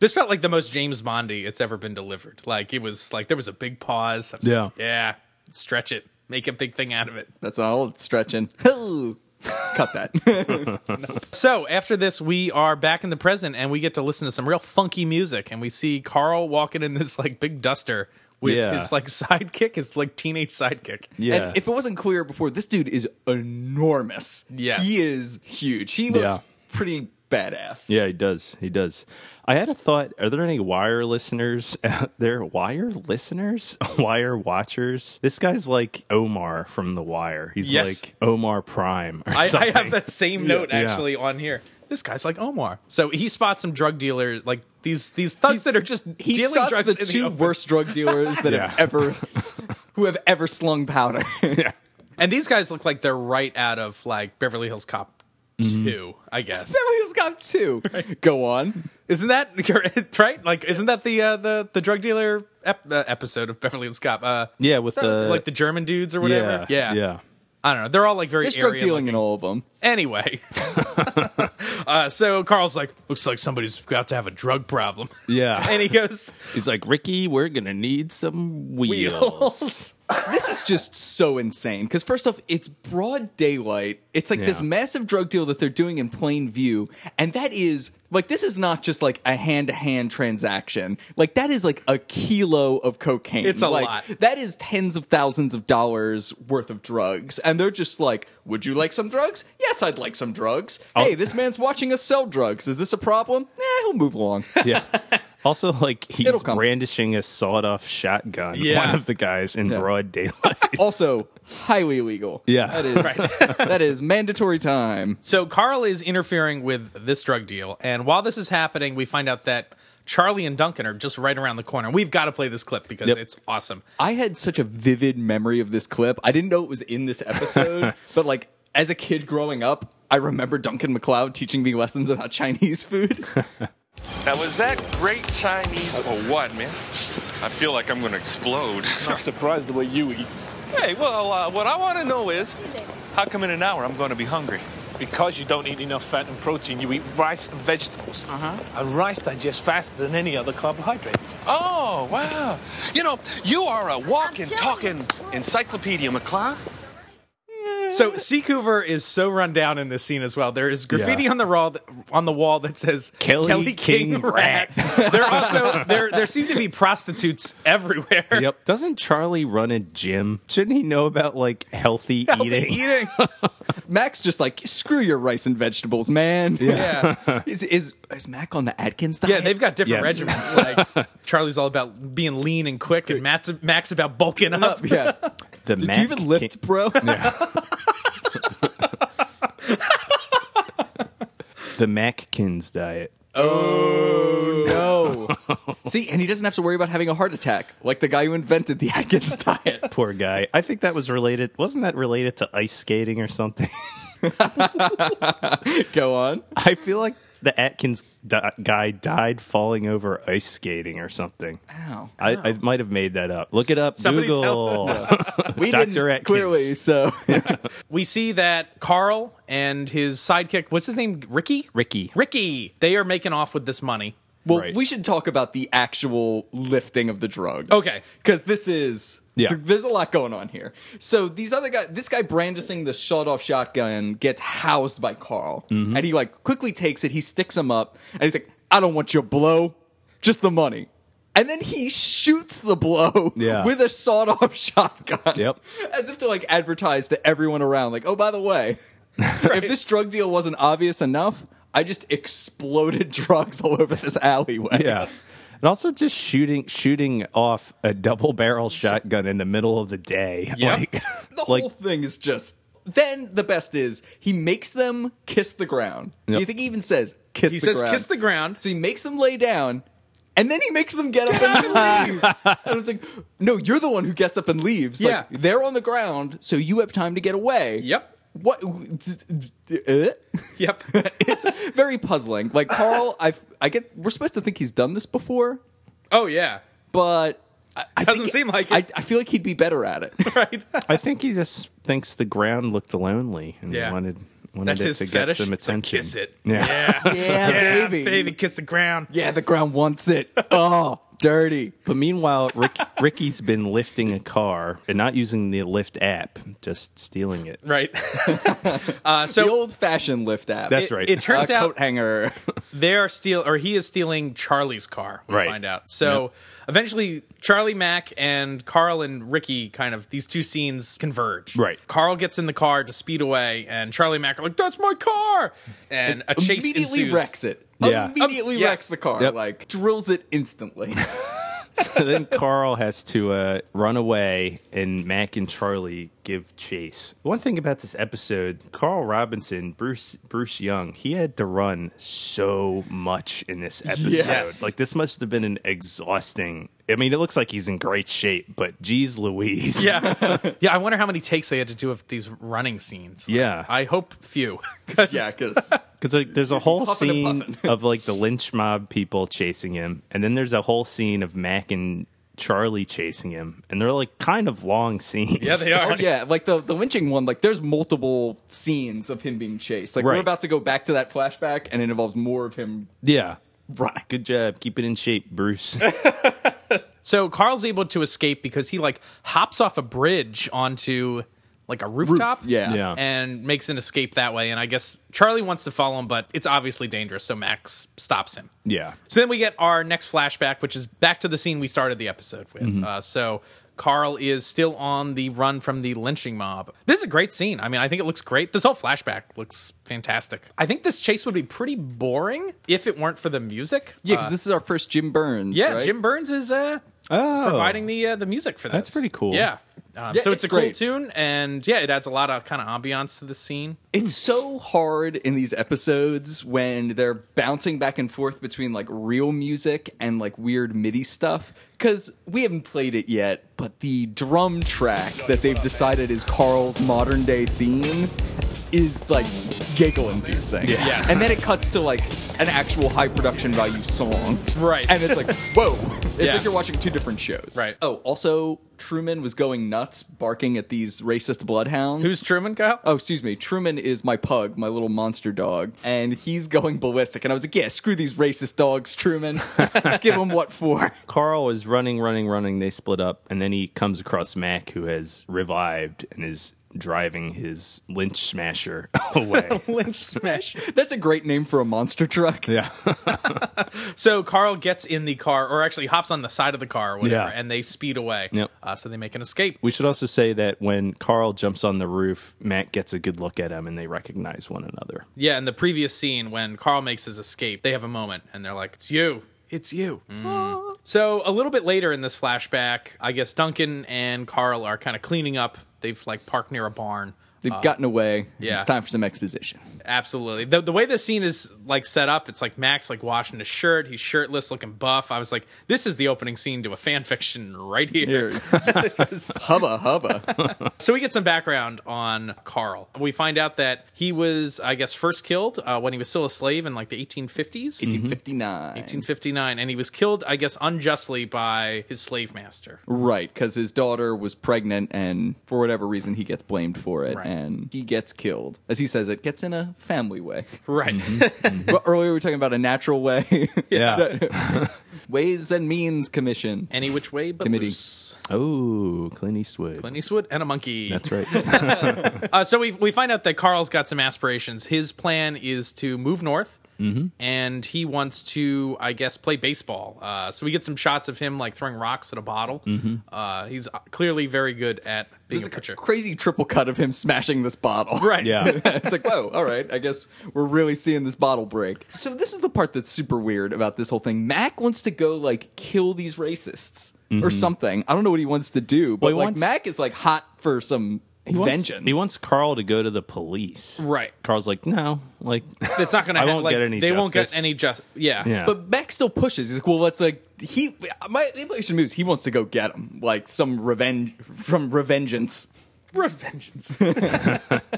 Speaker 4: this felt like the most James Bondy it's ever been delivered. Like it was like there was a big pause. I was like,
Speaker 6: Yeah.
Speaker 4: yeah. Stretch it. Make a big thing out of it.
Speaker 5: That's all it's stretching. Cut that.
Speaker 4: So after this, we are back in the present and we get to listen to some real funky music. And we see Carl walking in this like big duster with
Speaker 6: Yeah.
Speaker 4: his like sidekick, his like teenage sidekick.
Speaker 6: Yeah.
Speaker 5: And if it wasn't clear before, this dude is enormous.
Speaker 4: Yes.
Speaker 5: He is huge. He looks
Speaker 6: Yeah.
Speaker 5: pretty badass.
Speaker 6: yeah, he does. He does. I had a thought. Are there any wire listeners out there? Wire listeners? wire watchers? This guy's like Omar from The Wire. He's
Speaker 4: Yes.
Speaker 6: like Omar Prime. Or
Speaker 4: I, I
Speaker 6: something.
Speaker 4: have that same note
Speaker 6: Yeah.
Speaker 4: actually on here. This guy's like Omar. So he spots some drug dealers, like these these thugs that are just
Speaker 5: He
Speaker 4: dealing
Speaker 5: sucks
Speaker 4: drugs.
Speaker 5: the
Speaker 4: in
Speaker 5: two
Speaker 4: open.
Speaker 5: worst drug dealers that
Speaker 6: Yeah.
Speaker 5: have ever who have ever slung powder.
Speaker 4: and these guys look like they're right out of like Beverly Hills Cop
Speaker 5: Mm-hmm.
Speaker 4: two, I guess.
Speaker 5: Wheels got two. Go on.
Speaker 4: Isn't that correct? right? Like, isn't that the uh, the the drug dealer ep- uh, episode of Beverly Hills Cop? Uh,
Speaker 6: Yeah, with the
Speaker 4: like the German dudes or
Speaker 6: yeah,
Speaker 4: whatever.
Speaker 6: yeah,
Speaker 4: I don't know. They're all like very
Speaker 5: There's drug
Speaker 4: area
Speaker 5: dealing
Speaker 4: looking.
Speaker 5: in all of them.
Speaker 4: Anyway, uh, so Carl's like, looks like somebody's got to have a drug problem,
Speaker 6: Yeah.
Speaker 4: and he goes,
Speaker 6: He's like Ricky. We're gonna need some wheels.
Speaker 4: "Wheels."
Speaker 5: This is just so insane. Because first off, it's broad daylight. It's like this
Speaker 6: Yeah.
Speaker 5: massive drug deal that they're doing in plain view, and that is like this is not just like a hand to hand transaction. Like that is like a kilo of cocaine.
Speaker 4: It's a
Speaker 5: Like,
Speaker 4: lot.
Speaker 5: That is tens of thousands of dollars worth of drugs, and they're just like, "Would you like some drugs? Yes, I'd like some drugs.
Speaker 4: Oh.
Speaker 5: Hey, this man's watching us sell drugs. Is this a problem? Eh, he'll move along.
Speaker 6: Yeah. Also, like he's
Speaker 5: It'll come.
Speaker 6: brandishing a sawed-off shotgun.
Speaker 4: Yeah.
Speaker 6: One of the guys in broad daylight.
Speaker 5: also highly illegal.
Speaker 6: Yeah.
Speaker 5: that is that is mandatory time.
Speaker 4: So Carl is interfering with this drug deal, and while this is happening, we find out that Charlie and Duncan are just right around the corner. We've got to play this clip because
Speaker 5: Yep.
Speaker 4: it's awesome.
Speaker 5: I had such a vivid memory of this clip. I didn't know it was in this episode, but like as a kid growing up, I remember Duncan McLeod teaching me lessons about Chinese food.
Speaker 7: Now, was that great Chinese or what, man? I feel like I'm going to explode.
Speaker 2: I'm surprised the way you eat
Speaker 7: hey, well, uh, what I want to know is how come in an hour I'm going to be hungry?
Speaker 2: because you don't eat enough fat and protein. You eat rice and vegetables, uh-huh. and rice digests faster than any other carbohydrate.
Speaker 7: Oh, wow. You know, you are a walking,
Speaker 8: I'm telling
Speaker 7: talking
Speaker 8: you, it's true.
Speaker 7: encyclopedia, McCloud.
Speaker 4: So Seacouver is so run down in this scene as well. There is graffiti
Speaker 6: Yeah.
Speaker 4: on the wall on the wall that says
Speaker 6: Kelly King
Speaker 4: Rat. there also there there seem to be prostitutes everywhere.
Speaker 6: Yep. Doesn't Charlie run a gym? Shouldn't he know about like healthy, eating?
Speaker 4: Eating.
Speaker 5: Mac's just like, screw your rice and vegetables, man. Yeah. is, is is Mac on the Atkins diet?
Speaker 4: Yeah, they've got different
Speaker 6: Yes.
Speaker 4: regimens. Like Charlie's all about being lean and quick, and Matt's Mac's about bulking up.
Speaker 5: yeah.
Speaker 6: The
Speaker 5: Did
Speaker 6: Mac
Speaker 5: you even lift,
Speaker 6: King-
Speaker 5: bro?
Speaker 6: the Mackins diet.
Speaker 5: Oh no. See, and he doesn't have to worry about having a heart attack, like the guy who invented the Atkins diet.
Speaker 6: Poor guy. I think that was related. Wasn't that related to ice skating or something?
Speaker 5: Go on.
Speaker 6: I feel like the Atkins di- guy died falling over ice skating or something.
Speaker 5: Ow.
Speaker 6: I, I might have made that up. Look it up.
Speaker 4: Somebody tell
Speaker 6: Google.
Speaker 5: We
Speaker 6: Dr.
Speaker 5: didn't,
Speaker 6: Atkins.
Speaker 5: clearly, so
Speaker 4: we see that Carl and his sidekick, what's his name? Ricky?
Speaker 6: Ricky.
Speaker 4: Ricky. They are making off with this money.
Speaker 5: Well,
Speaker 6: Right.
Speaker 5: we should talk about the actual lifting of the drugs.
Speaker 4: Okay.
Speaker 5: Because this is.
Speaker 6: Yeah.
Speaker 5: it's- There's a lot going on here. So these other guys, this guy brandishing the shot off shotgun gets housed by Carl.
Speaker 6: Mm-hmm.
Speaker 5: And he like quickly takes it, he sticks him up, and he's like, I don't want your blow, just the money. And then he shoots the blow
Speaker 6: Yeah.
Speaker 5: with a sawed off shotgun.
Speaker 6: Yep.
Speaker 5: As if to like advertise to everyone around, like, oh, by the way, if this drug deal wasn't obvious enough, I just exploded drugs all over this alleyway.
Speaker 6: yeah. And also just shooting shooting off a double barrel shotgun in the middle of the day.
Speaker 4: Yeah.
Speaker 6: Like
Speaker 5: The
Speaker 6: like
Speaker 5: whole thing is just. Then the best is he makes them kiss the ground.
Speaker 6: Yep.
Speaker 5: You think he even says kiss
Speaker 4: He
Speaker 5: the
Speaker 4: says,
Speaker 5: ground?
Speaker 4: kiss the ground.
Speaker 5: So he makes them lay down, and then he makes them get up and leave. and it's like, no, you're the one who gets up and leaves. Like,
Speaker 4: Yeah.
Speaker 5: they're on the ground, so you have time to get away.
Speaker 4: Yep.
Speaker 5: What? eh?
Speaker 4: Yep.
Speaker 5: it's very puzzling. Like Carl, I I get we're supposed to think he's done this before,
Speaker 4: oh, yeah.
Speaker 5: but I, I
Speaker 4: Doesn't
Speaker 5: think-
Speaker 4: seem like
Speaker 5: I,
Speaker 4: it.
Speaker 5: I feel like he'd be better at it.
Speaker 4: Right.
Speaker 6: I think he just thinks the ground looked lonely and
Speaker 4: Yeah.
Speaker 6: wanted wanted
Speaker 4: That's
Speaker 6: it
Speaker 4: his
Speaker 6: to
Speaker 4: fetish.
Speaker 6: get some
Speaker 4: It's like,
Speaker 6: attention.
Speaker 4: kiss it.
Speaker 6: Yeah.
Speaker 5: yeah,
Speaker 4: Yeah, baby, kiss the ground.
Speaker 5: Yeah, the ground wants it. Oh, dirty.
Speaker 6: But meanwhile, Rick, Ricky's been lifting a car and not using the Lyft app, just stealing it.
Speaker 4: Right. uh, so
Speaker 5: The old fashioned lift app.
Speaker 6: That's
Speaker 4: it-
Speaker 6: right.
Speaker 4: It, turns
Speaker 5: a
Speaker 4: out
Speaker 5: Uh, coat hanger.
Speaker 4: they are steal or he is stealing Charlie's car. We
Speaker 6: Right.
Speaker 4: find out. So eventually, Charlie Mack and Carl and Ricky kind of these two scenes converge.
Speaker 6: Right.
Speaker 4: Carl gets in the car to speed away, and Charlie Mack are like, "That's my car!" And a chase
Speaker 5: Immediately
Speaker 4: ensues.
Speaker 5: wrecks it.
Speaker 6: Yeah.
Speaker 5: Immediately
Speaker 4: Um, yes.
Speaker 5: wrecks the car.
Speaker 6: Yep.
Speaker 5: Like drills it instantly.
Speaker 6: then Carl has to uh, run away, and Mac and Charlie give chase. One thing about this episode, Carl Robinson, Bruce Bruce Young, he had to run so much in this episode.
Speaker 4: Yes.
Speaker 6: Like this must have been an exhausting. I mean, it looks like he's in great shape, but geez, Louise.
Speaker 4: Yeah. yeah. I wonder how many takes they had to do of these running scenes. Like,
Speaker 6: Yeah.
Speaker 4: I hope few.
Speaker 5: yeah, because
Speaker 6: Because like, there's a whole
Speaker 5: Huffing and
Speaker 6: scene of like the lynch mob people chasing him, and then there's a whole scene of Mac and Charlie chasing him, and they're like kind of long scenes.
Speaker 4: yeah, they are.
Speaker 5: Oh, yeah, like the the lynching one, like there's multiple scenes of him being chased. Like we're
Speaker 6: Right.
Speaker 5: about to go back to that flashback and it involves more of him
Speaker 6: Yeah.
Speaker 5: running.
Speaker 6: Good job. Keep it in shape, Bruce.
Speaker 4: So Carl's able to escape because he like hops off a bridge onto like a rooftop.
Speaker 5: Yeah.
Speaker 6: Yeah.
Speaker 4: And makes an escape that way. And I guess Charlie wants to follow him, but it's obviously dangerous. So Max stops him.
Speaker 6: yeah.
Speaker 4: So then we get our next flashback, which is back to the scene we started the episode with. Uh, so Carl is still on the run from the lynching mob. This is a great scene. I mean, I think it looks great. This whole flashback looks fantastic. I think this chase would be pretty boring if it weren't for the music.
Speaker 5: Yeah,
Speaker 4: Uh,
Speaker 5: because this is our first Jim Burns.
Speaker 4: yeah,
Speaker 5: right?
Speaker 4: Jim Burns is uh,
Speaker 6: Oh.
Speaker 4: providing the uh, the music for this.
Speaker 6: That's pretty cool.
Speaker 4: Yeah. Um,
Speaker 5: Yeah,
Speaker 4: so it's,
Speaker 5: it's
Speaker 4: a
Speaker 5: great.
Speaker 4: cool tune, and yeah, it adds a lot of kind of ambiance to the scene.
Speaker 5: It's
Speaker 4: Hmm.
Speaker 5: so hard in these episodes when they're bouncing back and forth between like real music and like weird MIDI stuff because we haven't played it yet, but the drum track that they've decided is Carl's modern day theme is like giggle inducing.
Speaker 4: Yes.
Speaker 5: And then it cuts to like an actual high production value song.
Speaker 4: Right.
Speaker 5: And it's like, whoa. It's
Speaker 4: Yeah.
Speaker 5: like you're watching two different shows.
Speaker 4: Right.
Speaker 5: Oh, also, Truman was going nuts barking at these racist bloodhounds.
Speaker 4: Who's Truman Kyle?
Speaker 5: Oh, excuse me. Truman is my pug, my little monster dog, and he's going ballistic. And I was like, yeah, screw these racist dogs, Truman. Give them what for?
Speaker 6: Carl is running, running, running. They split up, and then he comes across Mac, who has revived and is driving his lynch smasher away.
Speaker 4: Lynch smash.
Speaker 5: That's a great name for a monster truck.
Speaker 4: Uh,
Speaker 6: yeah.
Speaker 4: So Carl gets in the car, or actually hops on the side of the car, or whatever,
Speaker 6: Yeah.
Speaker 4: and they speed away.
Speaker 6: Yep.
Speaker 4: Uh, so they make an escape.
Speaker 6: We should also say that when Carl jumps on the roof, Mac gets a good look at him, and they recognize one another.
Speaker 4: Yeah, in the previous scene when Carl makes his escape, they have a moment and they're like, "It's you, it's you." Mm. So a little bit later in this flashback, I guess Duncan and Carl are kind of cleaning up. They've like parked near a barn.
Speaker 5: They've gotten away.
Speaker 4: yeah.
Speaker 5: It's time for some exposition.
Speaker 4: Absolutely. The, the way this scene is like set up, it's like Max like washing his shirt. He's shirtless, looking buff. I was like, this is the opening scene to a fan fiction right here. Mm-hmm.
Speaker 5: Here. hubba, hubba.
Speaker 4: So we get some background on Carl. We find out that he was, I guess, first killed uh, when he was still a slave in like the 1850s.
Speaker 5: 1859.
Speaker 4: 1859, and he was killed, I guess, unjustly by his slave master.
Speaker 5: Right, because his daughter was pregnant, and for whatever reason, he gets blamed for it,
Speaker 4: Right.
Speaker 5: and he gets killed. As he says it, gets in a family way.
Speaker 4: Right.
Speaker 6: Mm-hmm.
Speaker 5: But Earlier, we were talking about a natural way.
Speaker 6: Yeah.
Speaker 5: Ways and Means Commission.
Speaker 4: Any which way but
Speaker 5: Committee.
Speaker 4: loose.
Speaker 6: oh, Clint Eastwood.
Speaker 4: Clint Eastwood and a monkey.
Speaker 6: That's right.
Speaker 4: Uh, so we we find out that Carl's got some aspirations. His plan is to move north,
Speaker 6: Mm-hmm.
Speaker 4: and he wants to, I guess, play baseball. Uh, so we get some shots of him like throwing rocks at a bottle.
Speaker 6: Mm-hmm.
Speaker 4: Uh, he's clearly very good at being
Speaker 5: There's
Speaker 4: a pitcher.
Speaker 5: crazy triple cut of him smashing this bottle.
Speaker 4: Right.
Speaker 6: Yeah.
Speaker 5: it's like, whoa, all right, I guess we're really seeing this bottle break. So this is the part that's super weird about this whole thing. Mac wants to go like kill these racists or something. I don't know what he wants to do, but
Speaker 6: Mm-hmm. he
Speaker 5: like
Speaker 6: wants-
Speaker 5: Mac is like hot for some
Speaker 6: wants-
Speaker 5: vengeance.
Speaker 6: He wants Carl to go to the police.
Speaker 4: Right.
Speaker 6: Carl's like, no, like
Speaker 4: It's not going to.
Speaker 6: I won't
Speaker 4: like,
Speaker 6: get any.
Speaker 4: They won't get
Speaker 6: justice."
Speaker 4: any just. Yeah.
Speaker 6: Yeah.
Speaker 5: but Mac still pushes. He's like, well, let's like he my implication moves. He wants to go get him, like some revenge from revengeance.
Speaker 4: Revengeance.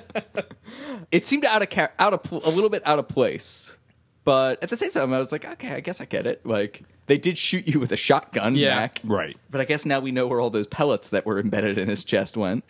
Speaker 5: it seemed out of ca- out of pl- a little bit out of place, but at the same time, I was like, okay, I guess I get it. Like they did shoot you with a shotgun,
Speaker 4: Yeah.
Speaker 5: Mac.
Speaker 6: right.
Speaker 5: But I guess now we know where all those pellets that were embedded in his chest went.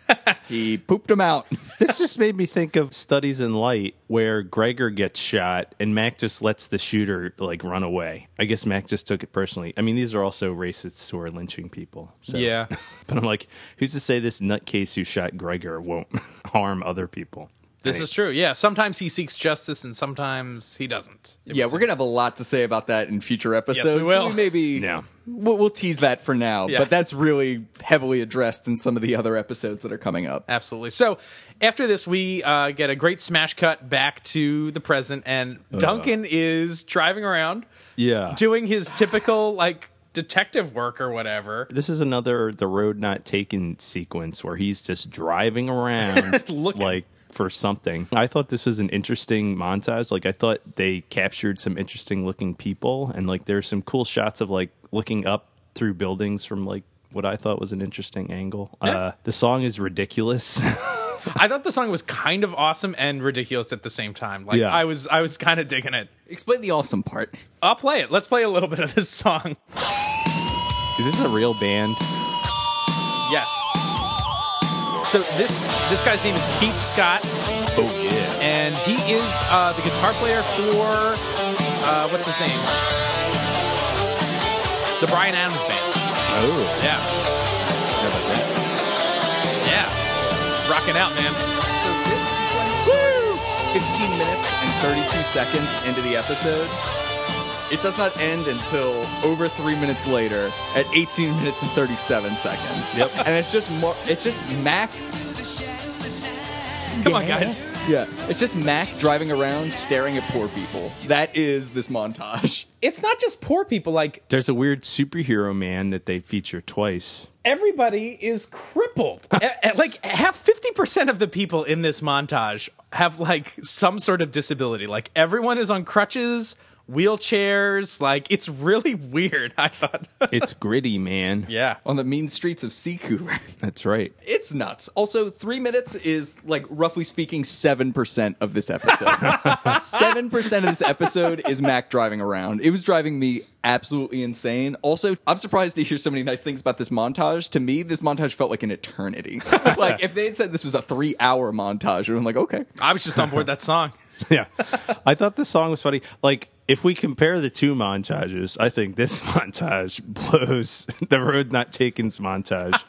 Speaker 5: he pooped them out.
Speaker 6: this just made me think of studies in light where Gregor gets shot and Mac just lets the shooter like run away. I guess Mac just took it personally. I mean, these are also racists who are lynching people. So.
Speaker 4: Yeah.
Speaker 6: but I'm like, who's to say this nutcase who shot Gregor won't harm other people?
Speaker 4: This is true. Yeah. Sometimes he seeks justice, and sometimes he doesn't.
Speaker 5: yeah, we're gonna have a lot to say about that in future episodes.
Speaker 4: will.
Speaker 5: maybe
Speaker 6: Yeah.
Speaker 5: we'll, we'll tease that for now.
Speaker 4: Yeah.
Speaker 5: But that's really heavily addressed in some of the other episodes that are coming up.
Speaker 4: Absolutely. So after this, we uh, get a great smash cut back to the present, and Duncan is driving around,
Speaker 6: Yeah.
Speaker 4: doing his typical like detective work or whatever,
Speaker 6: This is another the road not taken sequence where he's just driving around
Speaker 4: Looking.
Speaker 6: like for something. I thought this was an interesting montage. Like I thought they captured some interesting looking people and like there's some cool shots of like looking up through buildings from like what I thought was an interesting angle. Uh, the song is ridiculous.
Speaker 4: I thought the song was kind of awesome and ridiculous at the same time. Like
Speaker 6: Yeah.
Speaker 4: I was, I was kind of digging it.
Speaker 5: Explain the awesome part.
Speaker 4: I'll play it. Let's play a little bit of this song.
Speaker 6: is this a real band?
Speaker 4: Yes. So this this guy's name is Keith Scott,
Speaker 6: Oh yeah.
Speaker 4: and he is uh, the guitar player for uh, what's his name? The Brian Adams Band.
Speaker 6: Oh.
Speaker 4: Yeah,
Speaker 6: How about that?
Speaker 4: yeah. Rocking out, man.
Speaker 5: So this sequence, 15 minutes and 32 seconds into the episode. It does not end until over three minutes later at 18 minutes and 37 seconds. Yep. And it's just more, it's just Mac
Speaker 4: Come on, guys.
Speaker 5: Yeah, it's just Mac driving around staring at poor people. That is this montage.
Speaker 4: It's not just poor people. Like,
Speaker 6: There's a weird superhero man that they feature twice.
Speaker 4: everybody is crippled. Eh, eh, like, half 50% of the people in this montage have, like, some sort of disability. Like, everyone is on crutches, wheelchairs. Like, it's really weird, I thought.
Speaker 6: It's gritty, man.
Speaker 4: yeah.
Speaker 5: On the mean streets of Siku.
Speaker 6: That's right.
Speaker 5: It's nuts. Also, three minutes is like roughly speaking seven percent of this episode. Seven percent of this episode is Mac driving around. It was driving me absolutely insane. Also, I'm surprised to hear so many nice things about this montage. To me, this montage felt like an eternity. like if they had said this was a three-hour montage, I'm like, okay,
Speaker 4: I was just on board that song.
Speaker 6: Yeah. I thought the song was funny. Like, if we compare the two montages, I think this montage blows the Road Not Taken's montage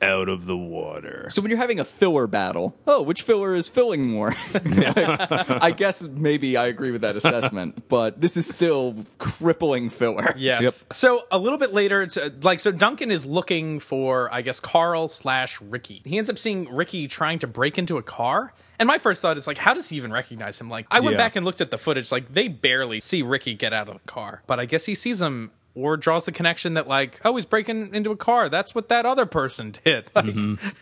Speaker 6: out of the water.
Speaker 5: So when you're having a filler battle, oh, which filler is filling more? I guess maybe I agree with that assessment, but this is still crippling filler.
Speaker 4: Yes. So a little bit later, it's, uh, like so, Duncan is looking for, I guess, Carl slash Ricky. He ends up seeing Ricky trying to break into a car, and my first thought is like, how does he even recognize him? Like, I went
Speaker 6: Yeah.
Speaker 4: back and looked at the footage. Like, they barely see Ricky get out of the car, but I guess he sees him. Or draws the connection that like, oh, he's breaking into a car. That's what that other person did. Like,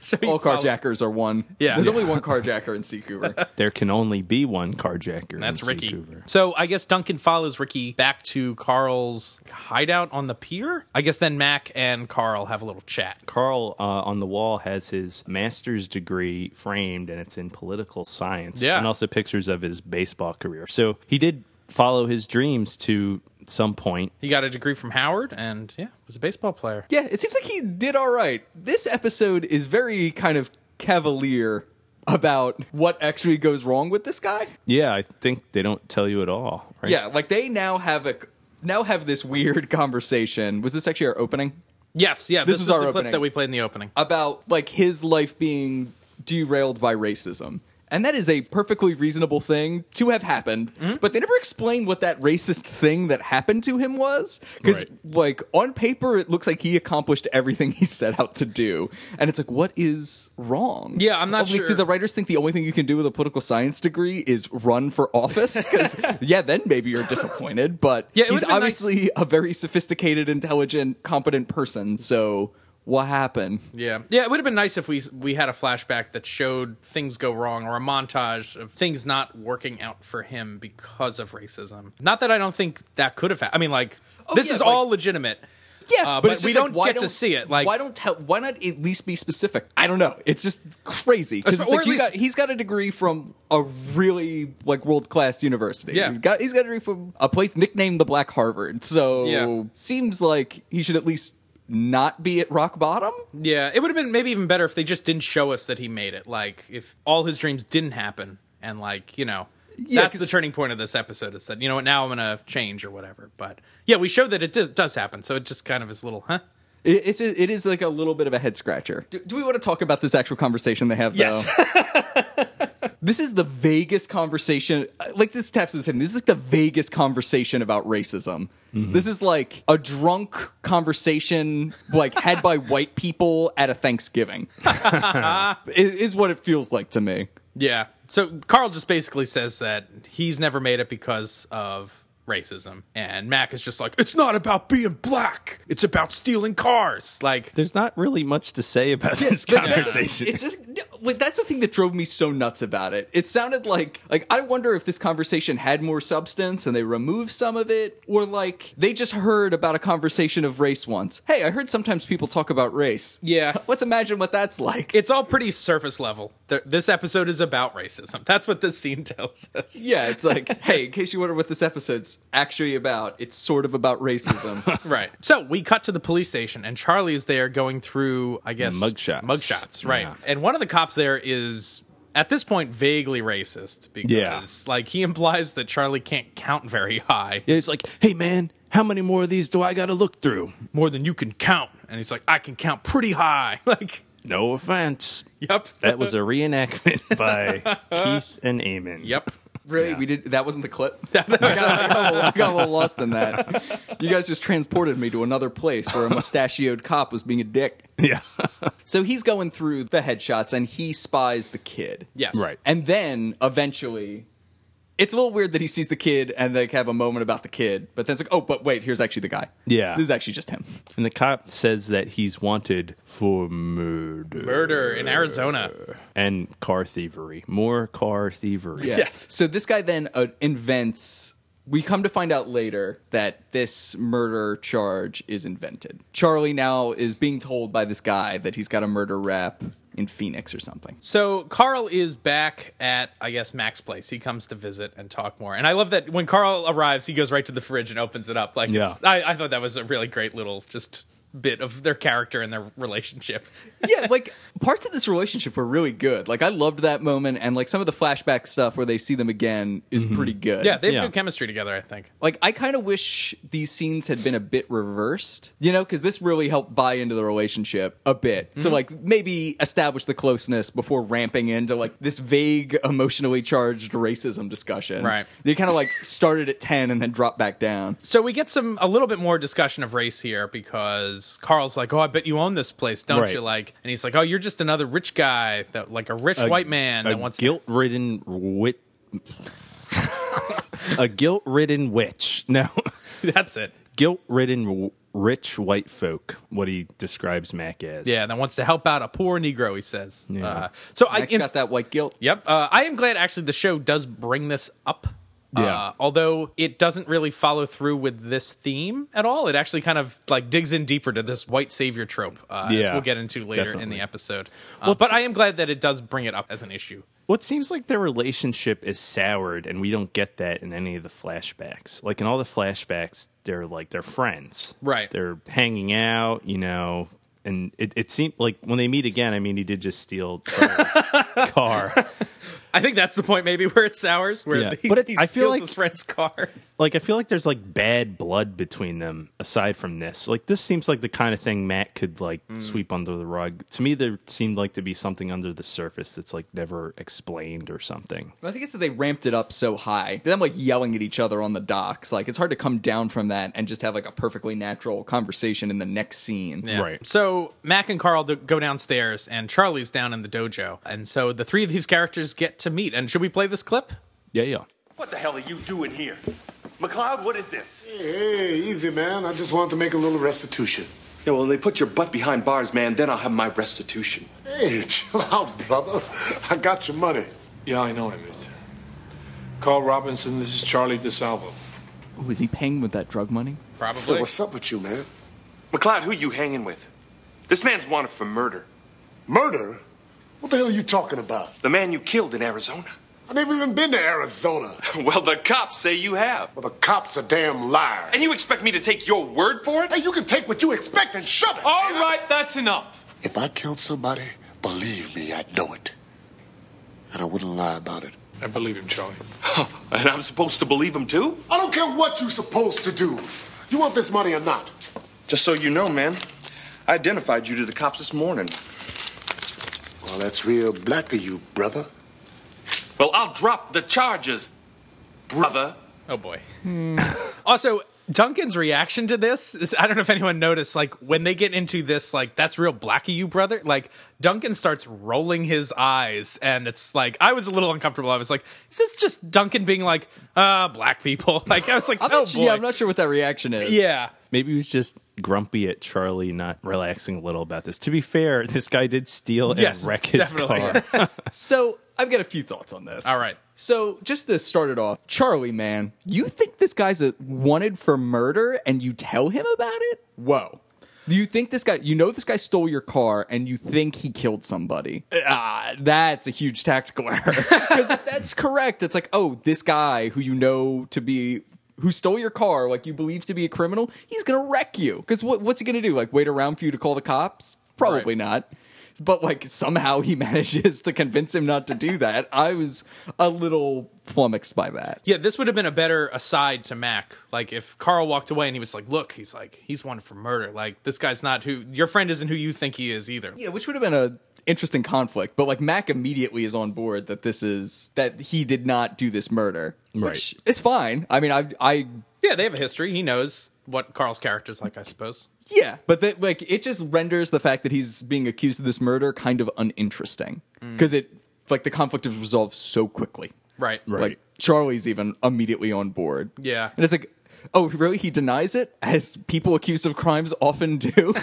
Speaker 4: so he
Speaker 5: All
Speaker 4: follows-
Speaker 5: carjackers are one.
Speaker 4: Yeah.
Speaker 5: There's
Speaker 4: Yeah.
Speaker 5: only one carjacker in Seacouver.
Speaker 6: There can only be one carjacker. in
Speaker 4: That's Ricky.
Speaker 6: Vancouver.
Speaker 4: So I guess Duncan follows Ricky back to Carl's hideout on the pier. I guess then Mac and Carl have a little chat.
Speaker 6: Carl uh, on the wall has his master's degree framed, and it's in political science.
Speaker 4: Yeah.
Speaker 6: And also pictures of his baseball career. So he did follow his dreams to some point.
Speaker 4: He got a degree from Howard and yeah, was a baseball player.
Speaker 5: yeah, it seems like he did all right. This episode is very kind of cavalier about what actually goes wrong with this guy.
Speaker 6: Yeah, I think they don't tell you at all. Right?
Speaker 5: Yeah, like they now have a now have this weird conversation. Was this actually our opening?
Speaker 4: Yes, yeah, this,
Speaker 5: This
Speaker 4: is,
Speaker 5: is
Speaker 4: the
Speaker 5: our
Speaker 4: clip
Speaker 5: opening.
Speaker 4: that we played in the opening.
Speaker 5: about like his life being derailed by racism. And that is a perfectly reasonable thing to have happened,
Speaker 4: Hmm?
Speaker 5: but they never explain what that racist thing that happened to him was. Because,
Speaker 6: Right.
Speaker 5: like, on paper, it looks like he accomplished everything he set out to do. And it's like, what is wrong?
Speaker 4: Yeah, I'm not
Speaker 5: Like,
Speaker 4: sure.
Speaker 5: Do the writers think the only thing you can do with a political science degree is run for office? Because, yeah, then maybe you're disappointed, but
Speaker 4: Yeah, it
Speaker 5: he's
Speaker 4: would've been nice-
Speaker 5: obviously a very sophisticated, intelligent, competent person. So, what happened?
Speaker 4: Yeah. Yeah, it would have been nice if we we had a flashback that showed things go wrong or a montage of things not working out for him because of racism. Not that I don't think that could have happened. I mean like this
Speaker 5: Oh, yeah,
Speaker 4: is
Speaker 5: like-
Speaker 4: all legitimate.
Speaker 5: Yeah,
Speaker 4: Uh,
Speaker 5: but,
Speaker 4: but
Speaker 5: it's
Speaker 4: we
Speaker 5: just like,
Speaker 4: don't
Speaker 5: why
Speaker 4: get to see it, like-
Speaker 5: why don't tell? Why not at least be specific? I don't know. It's just crazy. 'Cause
Speaker 4: Or
Speaker 5: it's like
Speaker 4: at
Speaker 5: you
Speaker 4: least-
Speaker 5: got- he's got a degree from a really like world class university.
Speaker 4: Yeah.
Speaker 5: he's got he's got a degree from a place nicknamed the Black Harvard. So
Speaker 4: Yeah.
Speaker 5: seems like he should at least not be at rock bottom.
Speaker 4: Yeah, it would have been maybe even better if they just didn't show us that he made it. Like if all his dreams didn't happen and like, you know,
Speaker 5: Yeah,
Speaker 4: that's
Speaker 5: 'cause-
Speaker 4: the turning point of this episode. Is that you know what? Now I'm gonna change or whatever. But yeah, we showed that it does, does happen. So it just kind of is a little, huh?
Speaker 5: It, it's a, it is like a little bit of a head scratcher. Do, do we want to talk about this actual conversation they have?
Speaker 4: Yes.
Speaker 5: Though? this is the vaguest conversation. uh, Like this taps into the same. This is like the vaguest conversation about racism. This is like a drunk conversation, like had by white people at a Thanksgiving. I- is what it feels like to me.
Speaker 4: Yeah. So Carl just basically says that he's never made it because of racism. And Mac is just like, it's not about being black. It's about stealing cars. Like,
Speaker 6: There's not really much to say about this
Speaker 5: But that's the-
Speaker 6: conversation.
Speaker 5: It's just, wait, that's the thing that drove me so nuts about it. It sounded like like I wonder if this conversation had more substance and they removed some of it, or like they just heard about a conversation of race once. Hey, I heard sometimes people talk about race.
Speaker 4: Yeah.
Speaker 5: let's imagine what that's like.
Speaker 4: it's all pretty surface level. Th- This episode is about racism. That's what this scene tells us.
Speaker 5: yeah, it's like, hey, in case you wonder what this episode's actually about, it's sort of about racism.
Speaker 4: Right. So we cut to the police station, and Charlie is there going through, I guess,
Speaker 6: Mugshots.
Speaker 4: Mugshots, right.
Speaker 6: Yeah.
Speaker 4: And one of the cops there is, at this point, vaguely racist because, like, he implies that Charlie can't count very high.
Speaker 6: Yeah, it's like, hey man, how many more of these do I got to look through?
Speaker 4: More than you can count. And he's like, I can count pretty high. Like,
Speaker 6: No offense.
Speaker 4: yep.
Speaker 6: That was a reenactment by Keith and Eamon.
Speaker 4: Yep.
Speaker 5: Really? We did. That wasn't the clip. I, got, I, got a little, I got a little lost in that. You guys just transported me to another place where a mustachioed cop was being a dick.
Speaker 6: Yeah.
Speaker 5: So he's going through the headshots and he spies the kid.
Speaker 4: Yes.
Speaker 6: Right.
Speaker 5: And then eventually, it's a little weird that he sees the kid and they have a moment about the kid, but then it's like, oh, but wait, here's actually the guy.
Speaker 6: Yeah.
Speaker 5: This is actually just him.
Speaker 6: And the cop says that he's wanted for murder.
Speaker 4: Murder in Arizona.
Speaker 6: And car thievery. More car thievery.
Speaker 5: Yeah.
Speaker 4: Yes.
Speaker 5: So this guy then uh, invents. We come to find out later that this murder charge is invented. Charlie now is being told by this guy that he's got a murder rap in Phoenix or something.
Speaker 4: So Carl is back at I guess Mac's place. He comes to visit and talk more. And I love that when Carl arrives, he goes right to the fridge and opens it up. Like it's,
Speaker 6: Yeah.
Speaker 4: I, I thought that was a really great little just bit of their character and their relationship.
Speaker 5: yeah, like parts of this relationship were really good. Like I loved that moment, and like some of the flashback stuff where they see them again is pretty good.
Speaker 4: Mm-hmm. Yeah, they have
Speaker 6: Yeah.
Speaker 4: good chemistry together. I think.
Speaker 5: like I kind of wish these scenes had been a bit reversed, you know, because this really helped buy into the relationship a bit.
Speaker 4: Mm-hmm.
Speaker 5: So like maybe establish the closeness before ramping into like this vague, emotionally charged racism discussion.
Speaker 4: Right.
Speaker 5: They kind of like started at ten and then dropped back down.
Speaker 4: So we get some a little bit more discussion of race here because Carl's like, "Oh, I bet you own this place, don't
Speaker 6: Right.
Speaker 4: you?" Like, and he's like, "Oh, you're just another rich guy that like a rich white man
Speaker 6: A
Speaker 4: that wants
Speaker 6: guilt-ridden wit. a guilt-ridden witch. No,
Speaker 4: that's it."
Speaker 6: guilt-ridden w- rich white folk. What he describes Mac as.
Speaker 4: Yeah, that wants to help out a poor Negro. He says. Uh, so I
Speaker 5: Max got that white guilt.
Speaker 4: Yep. Uh, I am glad actually the show does bring this up.
Speaker 6: Yeah.
Speaker 4: Uh, although it doesn't really follow through with this theme at all, it actually kind of like digs in deeper to this white savior trope, uh, as
Speaker 6: Yeah,
Speaker 4: we'll get into later in the
Speaker 6: definitely.
Speaker 4: episode. Uh, but I am glad that it does bring it up as an issue.
Speaker 6: What seems like their relationship is soured, and we don't get that in any of the flashbacks. Like in all the flashbacks, they're like they're friends,
Speaker 4: Right.
Speaker 6: They're hanging out, you know. And it, it seemed like when they meet again, I mean, he did just steal Charles' car.
Speaker 4: I think that's the point, maybe where it sours, where
Speaker 6: Yeah.
Speaker 4: he,
Speaker 6: But it-
Speaker 4: he
Speaker 6: I feel
Speaker 4: steals
Speaker 6: like-
Speaker 4: his friend's car.
Speaker 6: Like I feel like there's like bad blood between them. Aside from this, like this seems like the kind of thing Matt could like sweep under the rug. To me, there seemed like to be something under the surface that's like never explained or something.
Speaker 5: I think it's that they ramped it up so high. Them like yelling at each other on the docks. Like it's hard to come down from that and just have like a perfectly natural conversation in the next scene.
Speaker 4: Yeah.
Speaker 6: Right.
Speaker 4: So Mac and Carl do- go downstairs, and Charlie's down in the dojo. And so the three of these characters get to meet. And should we play this clip?
Speaker 6: Yeah, yeah.
Speaker 8: What the hell are you doing here? McLeod, what is this?
Speaker 1: Hey, hey, easy, man. I just wanted to make a little restitution.
Speaker 8: Yeah, well, they put your butt behind bars, man. Then I'll have my restitution.
Speaker 1: Hey, chill out, brother. I got your money.
Speaker 3: Yeah, I know, Emmett. Carl Robinson, this is Charlie DeSalvo.
Speaker 5: Ooh, is he paying with that drug money?
Speaker 1: Hey,
Speaker 4: Probably.
Speaker 1: what's up with you, man?
Speaker 8: McLeod, who you hanging with? This man's wanted for murder.
Speaker 1: Murder? What the hell are you talking about?
Speaker 8: The man you killed in Arizona.
Speaker 1: I never even been to Arizona.
Speaker 8: well, the cops say you have.
Speaker 1: Well, the cop's a damn liar.
Speaker 8: And you expect me to take your word for it?
Speaker 1: Hey, you can take what you expect and shove it.
Speaker 3: All
Speaker 1: man.
Speaker 3: right, that's enough.
Speaker 1: If I killed somebody, believe me, I'd know it. And I wouldn't lie about it.
Speaker 3: I believe him, Charlie.
Speaker 8: and I'm supposed to believe him too?
Speaker 1: I don't care what you're supposed to do. You want this money or not?
Speaker 8: Just so you know, man, I identified you to the cops this morning.
Speaker 1: Well, that's real black of you, brother.
Speaker 8: Well, I'll drop the charges, brother.
Speaker 4: Oh boy. also, Duncan's reaction to this is I don't know if anyone noticed, like when they get into this, like, that's real black of you, brother. Like, Duncan starts rolling his eyes, and it's like, I was a little uncomfortable. I was like, is this just Duncan being like, uh, black people? Like, I was like,
Speaker 5: I'm
Speaker 4: oh
Speaker 5: not su-
Speaker 4: boy.
Speaker 5: Yeah, I'm not sure what that reaction is.
Speaker 4: yeah.
Speaker 6: Maybe he was just grumpy at Charlie not relaxing a little about this. To be fair, this guy did steal and
Speaker 4: Yes,
Speaker 6: wreck his
Speaker 4: definitely.
Speaker 6: car.
Speaker 5: So I've got a few thoughts on this.
Speaker 4: All right.
Speaker 5: So just to start it off, Charlie, man, you think this guy's a wanted for murder and you tell him about it? Whoa. Do you think this guy, you know, this guy stole your car and you think he killed somebody? Ah, that's a huge tactical error. Because if that's correct, it's like, oh, this guy who you know to be. Who stole your car? Like you believe to be a criminal? He's gonna wreck you. Because what, what's he gonna do? Like wait around for you to call the cops? Probably
Speaker 4: Right.
Speaker 5: not but like somehow he manages to convince him not to do that. I was a little flummoxed by that.
Speaker 4: Yeah, this would have been a better aside to Mac. Like if Carl walked away and he was like, "Look, he's like he's wanted for murder. Like this guy's not who your friend isn't who you think he is either."
Speaker 5: Yeah, which would have been a interesting conflict. But like Mac immediately is on board that this is that he did not do this murder, which
Speaker 6: Right.
Speaker 5: is fine. I mean, I I
Speaker 4: Yeah, they have a history. He knows what Carl's character's like, I suppose.
Speaker 5: yeah, but that like it just renders the fact that he's being accused of this murder kind of uninteresting
Speaker 4: Mm.
Speaker 5: because it like the conflict is resolved so quickly.
Speaker 4: Right.
Speaker 5: Like Charlie's even immediately on board.
Speaker 4: Yeah.
Speaker 5: And it's like, oh, really? He denies it, as people accused of crimes often do.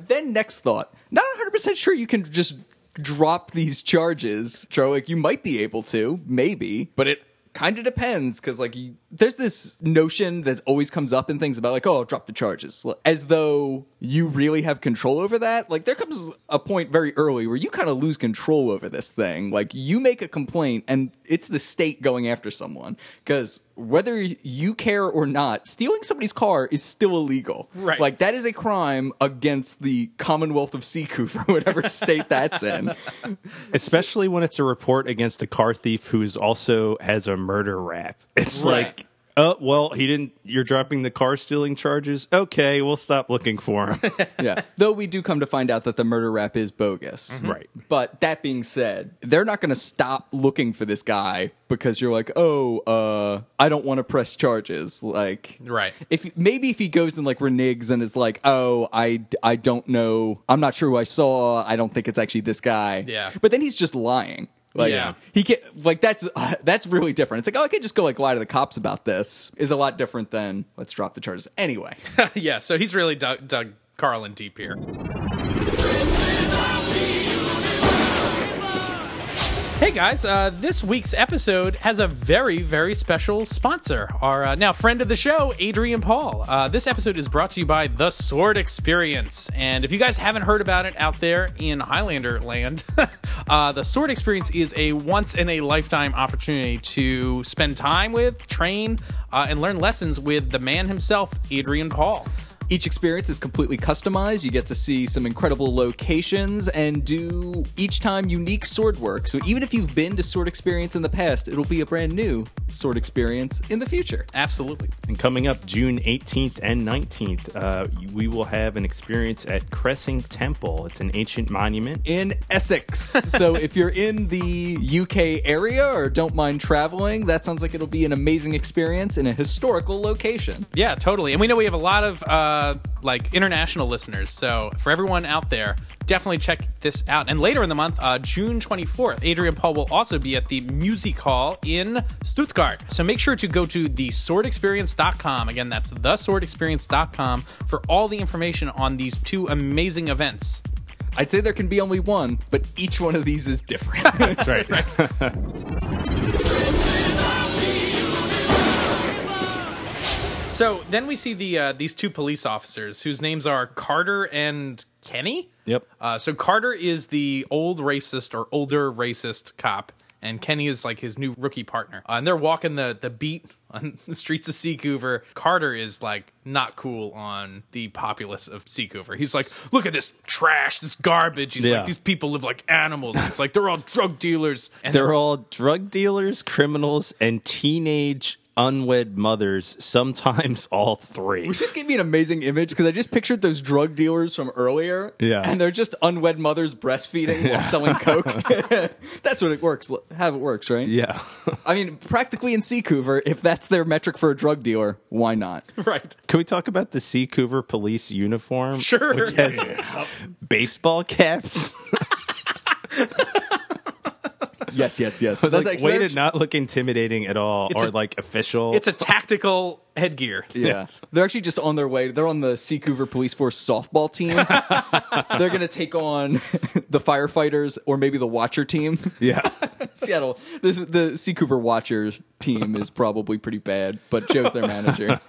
Speaker 5: then next thought, not 100% sure you can just drop these charges. Charlie, like, you might be able to, maybe, but it kind of depends because like you, there's this notion that always comes up in things about like oh drop the charges Like, as though you really have control over that like there comes a point very early where you kind of lose control over this thing like you make a complaint and it's the state going after someone because whether you care or not stealing somebody's car is still illegal
Speaker 4: Right.
Speaker 5: like that is a crime against the commonwealth of siku for whatever state that's in
Speaker 6: especially when it's a report against a car thief who's also has a murder rap. It's
Speaker 5: Right.
Speaker 6: like, oh well, he didn't. You're dropping the car stealing charges. Okay, we'll stop looking for him.
Speaker 5: yeah though we do come to find out that the murder rap is bogus
Speaker 4: Mm-hmm.
Speaker 6: right.
Speaker 5: But that being said, they're not going to stop looking for this guy because you're like, oh, uh, I don't want to press charges. Like,
Speaker 4: Right.
Speaker 5: If maybe if he goes and like reneges and is like, oh, I I don't know, I'm not sure who I saw. I don't think it's actually this guy.
Speaker 4: Yeah.
Speaker 5: But then he's just lying. Like,
Speaker 4: Yeah.
Speaker 5: He can like that's uh, that's really different. It's like oh, I could just go like lie to the cops about this. Is a lot different than let's drop the charges anyway.
Speaker 4: yeah, so he's really dug, dug Carl in deep here. Hey guys, uh, this week's episode has a very, very special sponsor. Our uh, now friend of the show, Adrian Paul. Uh, this episode is brought to you by The Sword Experience. And if you guys haven't heard about it out there in Highlander land, uh, The Sword Experience is a once in a lifetime opportunity to spend time with, train, uh, and learn lessons with the man himself, Adrian Paul.
Speaker 5: Each experience is completely customized. You get to see some incredible locations and do each time unique sword work. So even if you've been to Sword Experience in the past, it'll be a brand new Sword Experience in the future.
Speaker 4: Absolutely.
Speaker 6: And coming up June 18th and 19th, uh, we will have an experience at Cressing Temple. It's an ancient monument.
Speaker 5: In Essex. so if you're in the UK area or don't mind traveling, that sounds like it'll be an amazing experience in a historical location.
Speaker 4: Yeah, totally. And we know we have a lot of uh, like international listeners. So for everyone out there, definitely check this out. And later in the month, uh, June 24th, Adrian Paul will also be at the Music Hall in Stuttgart. So make sure to go to theswordexperience.com. Again, that's theswordexperience.com for all the information on these two amazing events.
Speaker 5: I'd say there can be only one, but each one of these is different.
Speaker 6: That's right.
Speaker 4: So then we see the uh, these two police officers whose names are Carter and Kenny.
Speaker 6: Yep.
Speaker 4: Uh, so Carter is the old racist or older racist cop, and Kenny is like his new rookie partner. Uh, and they're walking the the beat on the streets of Seacouver. Carter is like not cool on the populace of Seacouver. He's like, look at this trash, this garbage. He's
Speaker 6: Yeah.
Speaker 4: like, these people live like animals. It's like they're all drug dealers. And
Speaker 6: They're all drug dealers, criminals, and teenage unwed mothers, sometimes all three.
Speaker 5: Which just gave me an amazing image because I just pictured those drug dealers from earlier.
Speaker 6: Yeah.
Speaker 5: And they're just unwed mothers breastfeeding while selling Coke. that's what it works. Have it works, right?
Speaker 6: Yeah.
Speaker 5: I mean, practically in Seacouver, if that's their metric for a drug dealer, why not?
Speaker 4: right.
Speaker 6: Can we talk about the Seacouver police uniform?
Speaker 4: Sure.
Speaker 6: Which has baseball caps.
Speaker 5: Yes, yes, yes.
Speaker 6: It's
Speaker 5: That's
Speaker 6: like, way
Speaker 5: their-
Speaker 6: to not look intimidating at all
Speaker 4: It's
Speaker 6: or
Speaker 4: a-
Speaker 6: like official.
Speaker 4: It's a tactical headgear.
Speaker 5: Yeah. They're actually just on their way. They're on the Seacouver Police Force softball team. they're going to take on the firefighters or maybe the Watcher team.
Speaker 6: yeah.
Speaker 5: Seattle, this, the Seacouver Watcher team is probably pretty bad, but Joe's their manager.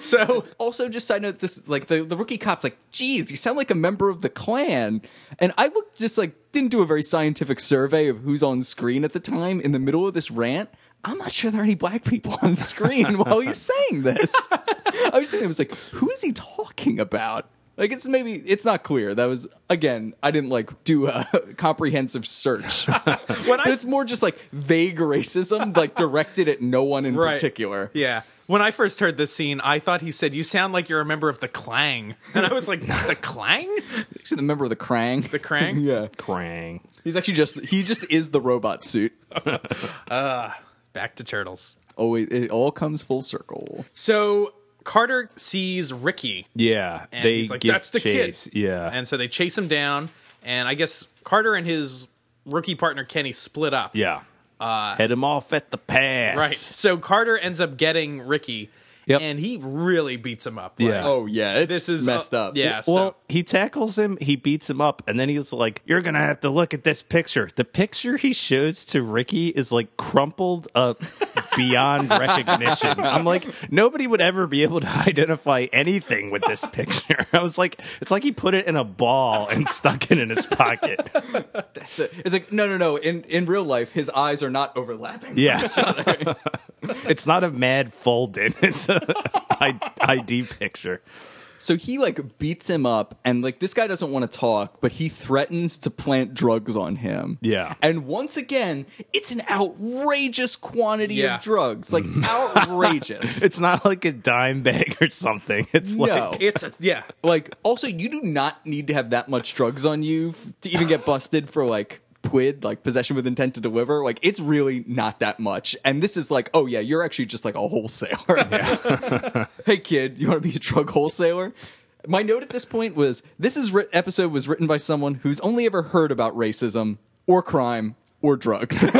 Speaker 4: So
Speaker 5: also just side note this like the, the rookie cop's like geez you sound like a member of the clan and i looked just like didn't do a very scientific survey of who's on screen at the time in the middle of this rant i'm not sure there are any black people on screen while he's saying this i was thinking i was like who is he talking about like it's maybe it's not clear that was again i didn't like do a comprehensive search but it's more just like vague racism like directed at no one in
Speaker 4: Right.
Speaker 5: particular
Speaker 4: Yeah. When I first heard this scene, I thought he said, "You sound like you're a member of the Clang," and I was like, "The Clang?
Speaker 5: Actually, the member of the Krang.
Speaker 4: The Krang?"
Speaker 5: yeah,
Speaker 6: Krang.
Speaker 5: he's actually just he just is the robot suit.
Speaker 4: Back to turtles.
Speaker 5: Always, it all comes full circle.
Speaker 4: So Carter sees Ricky,
Speaker 6: Yeah,
Speaker 4: and
Speaker 6: they
Speaker 4: he's like,
Speaker 6: give
Speaker 4: "That's the
Speaker 6: chase.
Speaker 4: kid."
Speaker 6: Yeah,
Speaker 4: and so they chase him down. And I guess Carter and his rookie partner Kenny split up.
Speaker 6: yeah. Uh, Head him off at the pass.
Speaker 4: Right. So Carter ends up getting Ricky,
Speaker 6: Yep.
Speaker 4: and he really beats him up.
Speaker 6: Yeah.
Speaker 5: Oh yeah, it's
Speaker 4: This is uh,
Speaker 5: messed up.
Speaker 4: Yeah.
Speaker 6: Well,
Speaker 4: so,
Speaker 6: he tackles him, he beats him up, and then he's like, You're going to have to look at this picture. The picture he shows to Ricky is like crumpled up beyond recognition. I'm like, Nobody would ever be able to identify anything with this picture. I was like, It's like he put it in a ball and stuck it in his pocket.
Speaker 5: It's, a- it's like no, no, no. In in real life, his eyes are not overlapping.
Speaker 6: Yeah. it's not a mad fold in, it's an ID picture.
Speaker 5: So he like beats him up, and like this guy doesn't want to talk, but he threatens to plant drugs on him.
Speaker 6: Yeah.
Speaker 5: And once again, it's an outrageous quantity
Speaker 4: Yeah.
Speaker 5: of drugs, like outrageous.
Speaker 6: It's not like a dime bag or something. It's
Speaker 5: no.
Speaker 6: like.
Speaker 4: it's a yeah.
Speaker 5: like also, you do not need to have that much drugs on you f- to even get busted for like quid, like possession with intent to deliver. Like it's really not that much. And this is like, oh yeah, you're actually just like a wholesaler. hey kid, you want to be a drug wholesaler? My note at this point was this is writ- episode was written by someone who's only ever heard about racism or crime or drugs. hey,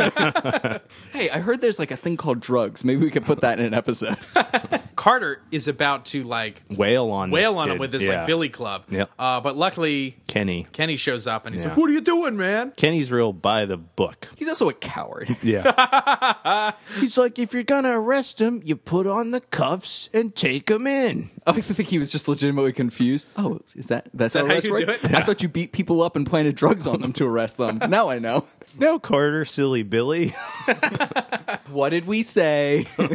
Speaker 5: I heard there's like a thing called drugs. Maybe we could put that in an episode.
Speaker 4: Carter is about to like
Speaker 6: Whale on
Speaker 4: wail
Speaker 6: this
Speaker 4: on him
Speaker 6: kid.
Speaker 4: with this
Speaker 6: Yeah.
Speaker 4: like Billy Club.
Speaker 6: Yep.
Speaker 4: Uh, but luckily,
Speaker 6: Kenny.
Speaker 4: Kenny shows up and he's
Speaker 6: Yeah.
Speaker 4: like, "What are you doing, man?"
Speaker 6: Kenny's real by the book.
Speaker 5: He's also a coward.
Speaker 6: Yeah. He's like, if you're gonna arrest him, you put on the cuffs and take him in.
Speaker 5: I like to think he was just legitimately confused. Oh, is that that's
Speaker 4: that
Speaker 5: how
Speaker 4: how
Speaker 5: arrests
Speaker 4: you
Speaker 5: work?
Speaker 4: do it?
Speaker 5: I thought you beat people up and planted drugs on them to arrest them. now I know.
Speaker 6: No, Carter, silly Billy.
Speaker 5: What did we say?
Speaker 6: Oh,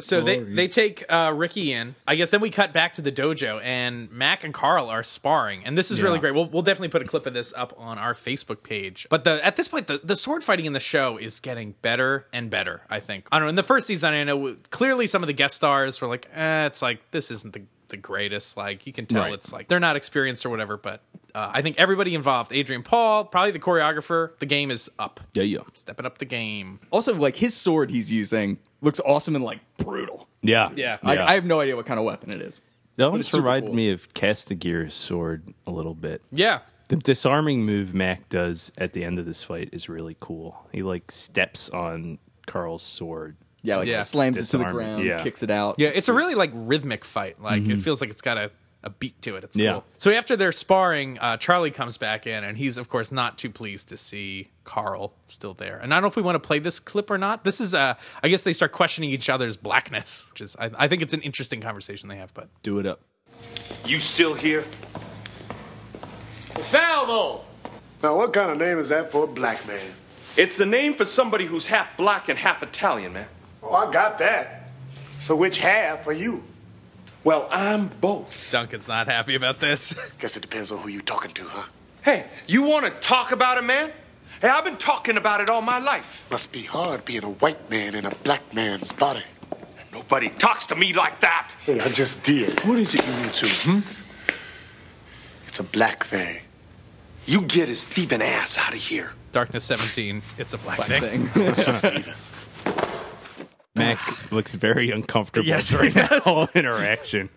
Speaker 4: So they they take uh, Ricky in. I guess then we cut back to the dojo and Mac and Carl are sparring, and this is really
Speaker 6: Yeah.
Speaker 4: great. We'll we'll definitely put a clip of this up on our Facebook page. But the at this point, the, the sword fighting in the show is getting better and better. I think I don't know. In the first season, I know clearly some of the guest stars were like, eh, it's like this isn't the the greatest. Like you can tell
Speaker 6: Right.
Speaker 4: it's like they're not experienced or whatever. But uh, I think everybody involved, Adrian Paul, probably the choreographer, the game is up,
Speaker 6: Yeah, yeah.
Speaker 4: stepping up the game.
Speaker 5: also, like his sword he's using looks awesome and like brutal.
Speaker 6: Yeah.
Speaker 4: Yeah.
Speaker 5: Like I have no idea what kind of weapon it is.
Speaker 6: that almost
Speaker 5: super
Speaker 6: reminded
Speaker 5: cool.
Speaker 6: me of Castigear's sword a little bit.
Speaker 4: Yeah,
Speaker 6: The disarming move Mac does at the end of this fight is really cool. He like steps on Carl's sword.
Speaker 5: Yeah, like
Speaker 4: Yeah.
Speaker 5: slams it to the
Speaker 6: Disarm it.
Speaker 5: ground,
Speaker 6: Yeah.
Speaker 5: kicks it out.
Speaker 4: Yeah, it's a really like rhythmic fight. Like it feels like it's got a, a beat to it. It's
Speaker 6: Mm-hmm. Yeah.
Speaker 4: cool. So after they're sparring, uh, Charlie comes back in and he's of course not too pleased to see Carl still there. And I don't know if we want to play this clip or not. This is uh I guess they start questioning each other's blackness, which is I, I think it's an interesting conversation they have, but
Speaker 6: Do it up.
Speaker 8: You still here?
Speaker 1: Salvo! Now, what kind of name is that for a black man?
Speaker 8: It's the name for somebody who's half black and half Italian, man.
Speaker 1: Oh, I got that. So, which half are you?
Speaker 8: Well, I'm both.
Speaker 4: Duncan's not happy about this.
Speaker 1: Guess it depends on who you're talking to, huh?
Speaker 8: Hey, you want to talk about it, man? Hey, I've been talking about it all my life.
Speaker 1: Must be hard being a white man in a black man's body.
Speaker 8: Nobody talks to me like that.
Speaker 1: Hey, I just did.
Speaker 3: What is it you want to? Hmm?
Speaker 1: It's a black thing.
Speaker 8: You get his thieving ass out of here.
Speaker 4: Darkness seventeen, it's a black,
Speaker 5: Black
Speaker 4: thing.
Speaker 5: thing.
Speaker 6: Mac looks very uncomfortable
Speaker 4: Yes, he
Speaker 6: during that
Speaker 4: does.
Speaker 6: whole interaction.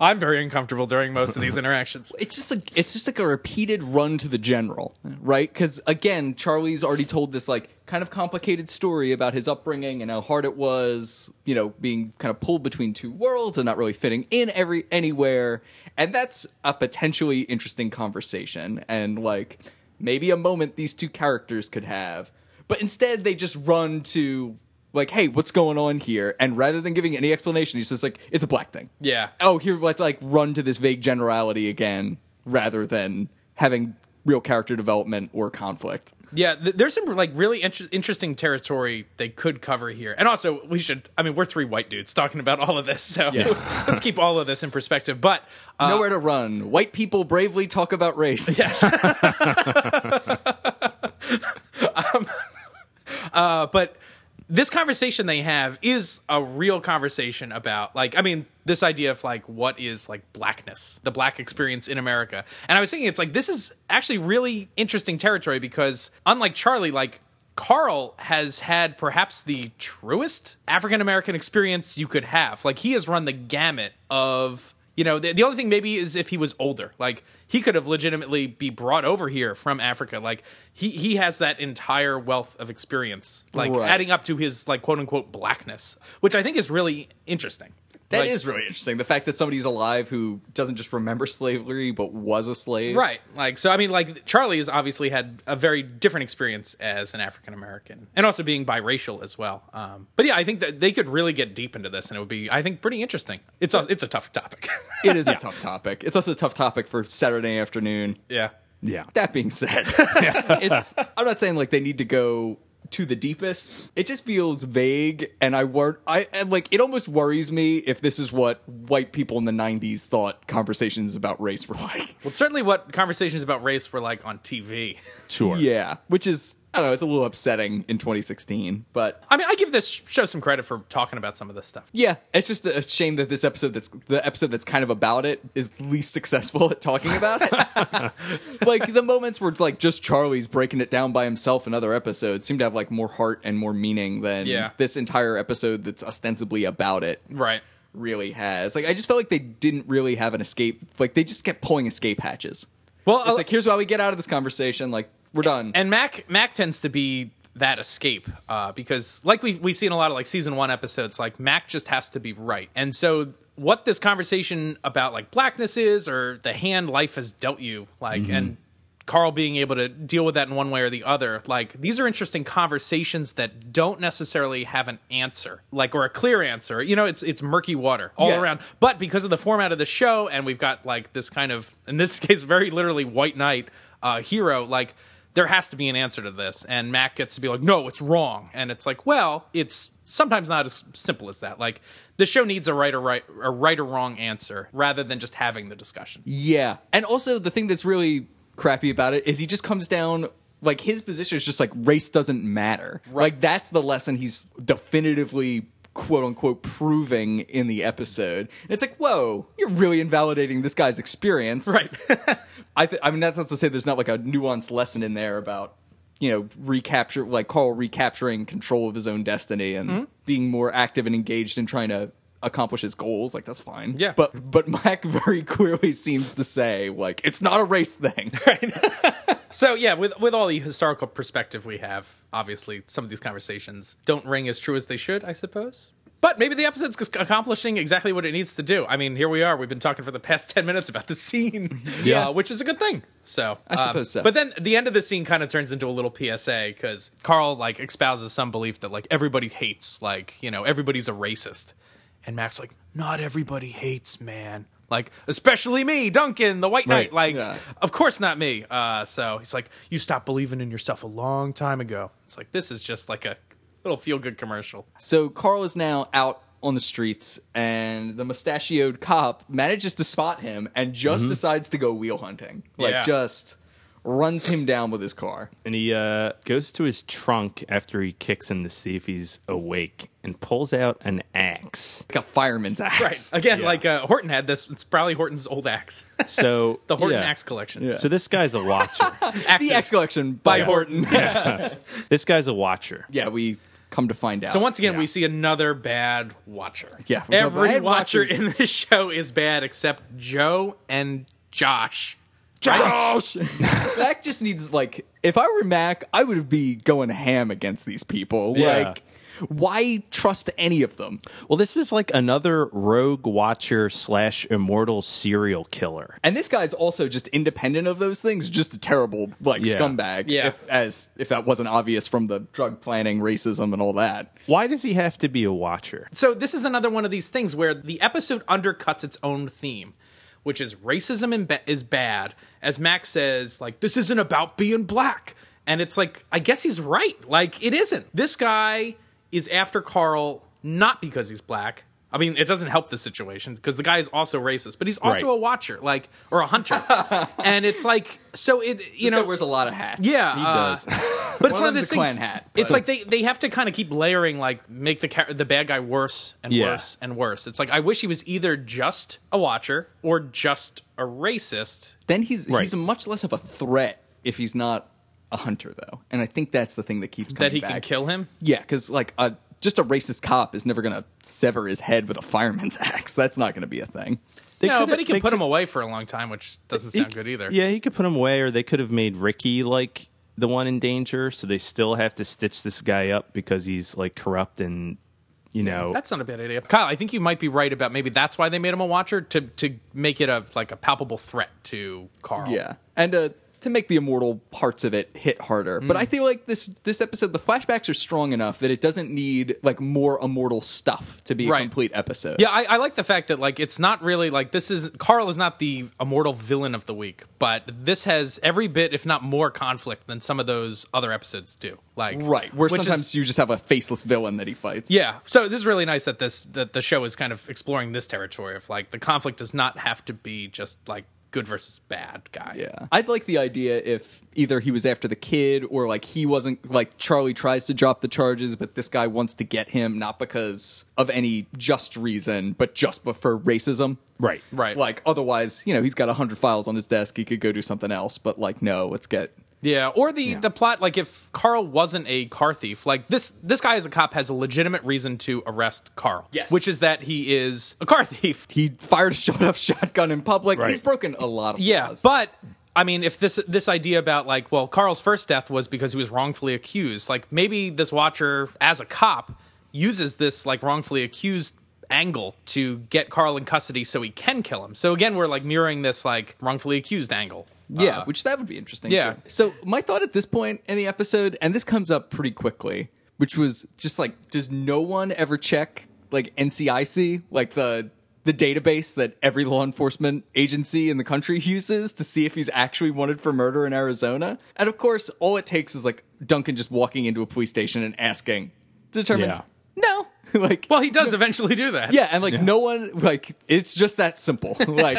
Speaker 4: I'm very uncomfortable during most of these interactions.
Speaker 5: it's just like it's just like a repeated run to the general, right? Because again, Charlie's already told this like kind of complicated story about his upbringing and how hard it was, you know, being kind of pulled between two worlds and not really fitting in every anywhere. And that's a potentially interesting conversation and like maybe a moment these two characters could have. But instead, they just run to like, hey, what's going on here? And rather than giving any explanation, he's just like, it's a black thing
Speaker 4: Yeah.
Speaker 5: oh here let's like run to this vague generality again rather than having real character development or conflict
Speaker 4: Yeah, th- there's some like really inter- interesting territory they could cover here, and also we should. I mean, we're three white dudes talking about all of this, so let's keep all of this in perspective. But uh,
Speaker 5: nowhere to run white people bravely talk about race
Speaker 4: Uh, but this conversation they have is a real conversation about like i mean this idea of like what is like blackness the black experience in america and i was thinking it's like this is actually really interesting territory because unlike charlie like Carl has had perhaps the truest African American experience you could have. Like he has run the gamut of you know the, the only thing maybe is if he was older like he could have legitimately be brought over here from africa like he he has that entire wealth of experience like
Speaker 5: Right.
Speaker 4: adding up to his like quote unquote blackness which i think is really interesting
Speaker 5: That is
Speaker 4: Like-
Speaker 5: really interesting. The fact that somebody's alive who doesn't just remember slavery but was a slave.
Speaker 4: right like so i mean like charlie has obviously had a very different experience as an african american and also being biracial as well um, but yeah i think that they could really get deep into this and it would be i think pretty interesting it's a it's a tough topic
Speaker 5: It is a tough topic. It's also a tough topic for Saturday afternoon.
Speaker 4: yeah
Speaker 6: Yeah.
Speaker 5: That being said, it's I'm not saying like they need to go to the deepest. It just feels vague and I wor- I and like it almost worries me if this is what white people in the 90s thought conversations about race were like.
Speaker 4: well certainly what conversations about race were like on tv
Speaker 6: Sure.
Speaker 5: Yeah, which is I don't know, it's a little upsetting in 2016, but
Speaker 4: I mean, I give this show some credit for talking about some of this stuff.
Speaker 5: Yeah, it's just a shame that this episode that's the episode that's kind of about it is least successful at talking about it. like the moments where like just Charlie's breaking it down by himself in other episodes seem to have like more heart and more meaning than
Speaker 4: Yeah.
Speaker 5: this entire episode that's ostensibly about it
Speaker 4: Right.
Speaker 5: really has. Like I just felt like they didn't really have an escape. Like they just kept pulling escape hatches.
Speaker 4: Well,
Speaker 5: It's like here's why we get out of this conversation. Like we're done.
Speaker 4: and Mac Mac tends to be that escape uh, because, like we we see in a lot of like season one episodes, like Mac just has to be right, and so what this conversation about like blackness is or the hand life has dealt you, like and. Carl being able to deal with that in one way or the other. Like, these are interesting conversations that don't necessarily have an answer, like, or a clear answer. You know, it's it's murky water all
Speaker 5: Yeah.
Speaker 4: around. But because of the format of the show, and we've got like this kind of, in this case, very literally white knight uh, hero, like there has to be an answer to this. And Mac gets to be like, no, it's wrong. And it's like, well, it's sometimes not as simple as that. Like the show needs a right or right, a right or wrong answer rather than just having the discussion.
Speaker 5: Yeah. And also the thing that's really crappy about it is he just comes down like his position is just like race doesn't matter. Like that's the lesson he's definitively quote unquote proving in the episode. And it's like, whoa, you're really invalidating this guy's experience.
Speaker 4: Right.
Speaker 5: I th- I mean that's not to say there's not like a nuanced lesson in there about you know recapture like Carl recapturing control of his own destiny and being more active and engaged in trying to accomplish his goals like that's fine
Speaker 4: Yeah.
Speaker 5: but but Mac very clearly seems to say like it's not a race thing
Speaker 4: So yeah, with with all the historical perspective we have, obviously some of these conversations don't ring as true as they should, I suppose. But maybe the episode's ac- accomplishing exactly what it needs to do. I mean, here we are. We've been talking for the past ten minutes about the scene, yeah, which is a good thing. So I
Speaker 5: suppose so.
Speaker 4: But then the end of the scene kind of turns into a little PSA because Carl like espouses some belief that like everybody hates, like you know everybody's a racist, and Mac's like, not everybody hates, man. Like especially me, Duncan, the White Knight. Like
Speaker 6: Right.
Speaker 5: Yeah.
Speaker 4: of course not me. Uh, so he's like, you stopped believing in yourself a long time ago. It's like this is just like a little feel good commercial.
Speaker 5: so Carl is now out on the streets and the mustachioed cop manages to spot him and just decides to go wheel hunting like
Speaker 4: Mm-hmm. Yeah.
Speaker 5: just runs him down with his car
Speaker 6: And he uh, goes to his trunk after he kicks him to see if he's awake and pulls out an axe.
Speaker 5: like a fireman's axe
Speaker 4: Again,
Speaker 6: Yeah.
Speaker 4: like uh, Horton had this. It's probably Horton's old axe,
Speaker 6: So
Speaker 4: the Horton
Speaker 6: yeah.
Speaker 4: axe collection.
Speaker 6: So this guy's a watcher.
Speaker 4: Axes.
Speaker 5: the axe collection by
Speaker 4: Yeah.
Speaker 5: Horton
Speaker 6: this guy's a watcher.
Speaker 5: yeah, we come to find out.
Speaker 4: So once again, we see another bad watcher.
Speaker 5: Yeah, we got
Speaker 4: every
Speaker 5: bad
Speaker 4: watcher
Speaker 5: watchers.
Speaker 4: in this show is bad except Joe and Josh. Oh,
Speaker 5: Josh, Mac just needs like if I were Mac, I would be going ham against these people.
Speaker 6: Yeah.
Speaker 5: Like, why trust any of them?
Speaker 6: Well, this is like another rogue watcher slash immortal serial killer.
Speaker 5: And this guy's also just independent of those things, just a terrible like
Speaker 6: Yeah.
Speaker 5: scumbag.
Speaker 4: Yeah.
Speaker 5: if, as if that wasn't obvious from the drug planning, racism, and all that.
Speaker 6: Why does he have to be a watcher?
Speaker 4: So this is another one of these things where the episode undercuts its own theme, which is racism in ba- is bad. As Max says, like this isn't about being black, and it's like I guess he's right. Like it isn't. This guy is after Carl not because he's black. I mean, it doesn't help the situation because the guy is also racist, but he's also
Speaker 6: Right.
Speaker 4: a watcher, like or a hunter, and it's like so it you
Speaker 5: You know,
Speaker 4: know
Speaker 5: wears a lot of hats.
Speaker 4: yeah,
Speaker 6: He
Speaker 4: uh,
Speaker 6: does.
Speaker 4: but it's one
Speaker 5: One of
Speaker 4: of those
Speaker 5: them's a
Speaker 4: things.
Speaker 5: Klan hat,
Speaker 4: it's like they, they have to kind of keep layering, like make the char- the bad guy worse and
Speaker 6: Yeah.
Speaker 4: worse and worse. It's like I wish he was either just a watcher or just a racist.
Speaker 5: Then he's
Speaker 6: Right.
Speaker 5: he's much less of a threat if he's not a hunter, though. And I think that's the thing that keeps coming
Speaker 4: That he can
Speaker 5: back.
Speaker 4: kill him.
Speaker 5: Yeah, because like a just a racist cop is never gonna sever his head with a fireman's axe. That's not gonna be a thing.
Speaker 6: They
Speaker 4: no,
Speaker 6: coulda-
Speaker 4: but he
Speaker 6: they
Speaker 4: can put
Speaker 6: could-
Speaker 4: him away for a long time, which doesn't
Speaker 6: he
Speaker 4: sound
Speaker 6: c-
Speaker 4: good either.
Speaker 6: Yeah, he could put him away, or they could have made Ricky like the one in danger, so they still have to stitch this guy up because he's like corrupt and you know
Speaker 4: That's not a bad idea, Kyle. I think you might be right about maybe that's why they made him a watcher to to make it a like a palpable threat to Carl.
Speaker 5: Yeah, and uh, to make the immortal parts of it hit harder. But
Speaker 4: Mm.
Speaker 5: I feel like this this episode, the flashbacks are strong enough that it doesn't need like more immortal stuff to be
Speaker 4: Right.
Speaker 5: a complete episode.
Speaker 4: Yeah, I, I like the fact that like it's not really like this is Carl is not the immortal villain of the week, but this has every bit, if not more, conflict than some of those other episodes do. Like
Speaker 5: right. Where
Speaker 4: which
Speaker 5: sometimes
Speaker 4: is-
Speaker 5: you just have a faceless villain that he fights.
Speaker 4: yeah. So this is really nice that this that the show is kind of exploring this territory of like the conflict does not have to be just like good versus bad guy.
Speaker 5: Yeah. I'd like the idea if either he was after the kid or like he wasn't like Charlie tries to drop the charges, but this guy wants to get him not because of any just reason, but just but for racism.
Speaker 6: right.
Speaker 4: Right.
Speaker 5: Like otherwise, you know, he's got a hundred files on his desk, he could go do something else, but like no, let's get
Speaker 4: Yeah, or the the plot like if Carl wasn't a car thief, like this this guy as a cop has a legitimate reason to arrest Carl.
Speaker 5: Yes.
Speaker 4: which is that he is a car thief.
Speaker 5: he fired a shot off shotgun in public.
Speaker 6: Right.
Speaker 5: He's broken a lot of
Speaker 4: Yeah,
Speaker 5: laws.
Speaker 4: but I mean, if this this idea about like, well, Carl's first death was because he was wrongfully accused. Like maybe this watcher, as a cop, uses this like wrongfully accused angle to get Carl in custody so he can kill him. So again, we're like mirroring this like wrongfully accused angle.
Speaker 5: Yeah, which that would be interesting.
Speaker 4: yeah.
Speaker 5: too. Uh, So my thought at this point in the episode, and this comes up pretty quickly, which was just like, does no one ever check like NCIC, like the the database that every law enforcement agency in the country uses to see if he's actually wanted for murder in Arizona? And of course, all it takes is like Duncan just walking into a police station and asking to determine
Speaker 6: Yeah.
Speaker 5: no. like
Speaker 4: Well, he does eventually do that.
Speaker 5: yeah, and like no one like it's just that simple. Like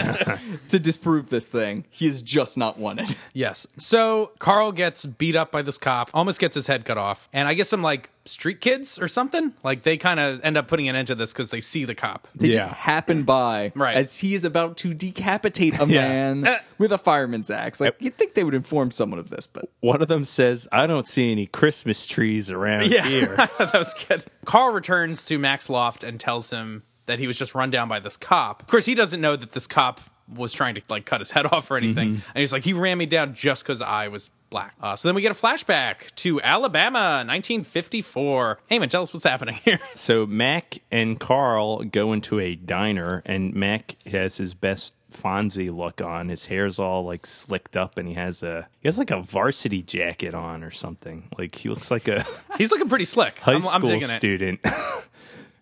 Speaker 5: to disprove this thing, he is just not wanted.
Speaker 4: Yes. So Carl gets beat up by this cop, almost gets his head cut off. And I guess some like street kids or something, like they kind of end up putting an end to this because they see the cop.
Speaker 5: They just
Speaker 6: Yeah.
Speaker 5: happen by
Speaker 4: Right.
Speaker 5: as he is about to decapitate a
Speaker 6: Yeah.
Speaker 5: man
Speaker 4: Eh.
Speaker 5: with a fireman's axe. Like you'd think they would inform someone of this, but
Speaker 6: One of them says, "I don't see any Christmas trees around here."
Speaker 4: that was good. Carl returns to Max Loft and tells him that he was just run down by this cop. Of course, he doesn't know that this cop was trying to like cut his head off or anything.
Speaker 6: Mm-hmm.
Speaker 4: And he's like, he ran me down just because I was black. Uh, so then we get a flashback to Alabama, 1954. Eamon, tell us what's happening here.
Speaker 6: So Mac and Carl go into a diner, and Mac has his best Fonzie look on. His hair's all like slicked up, and he has a he has like a varsity jacket on or something. Like he looks like a
Speaker 4: he's looking pretty slick.
Speaker 6: high
Speaker 4: I'm,
Speaker 6: school
Speaker 4: I'm digging it.
Speaker 6: student.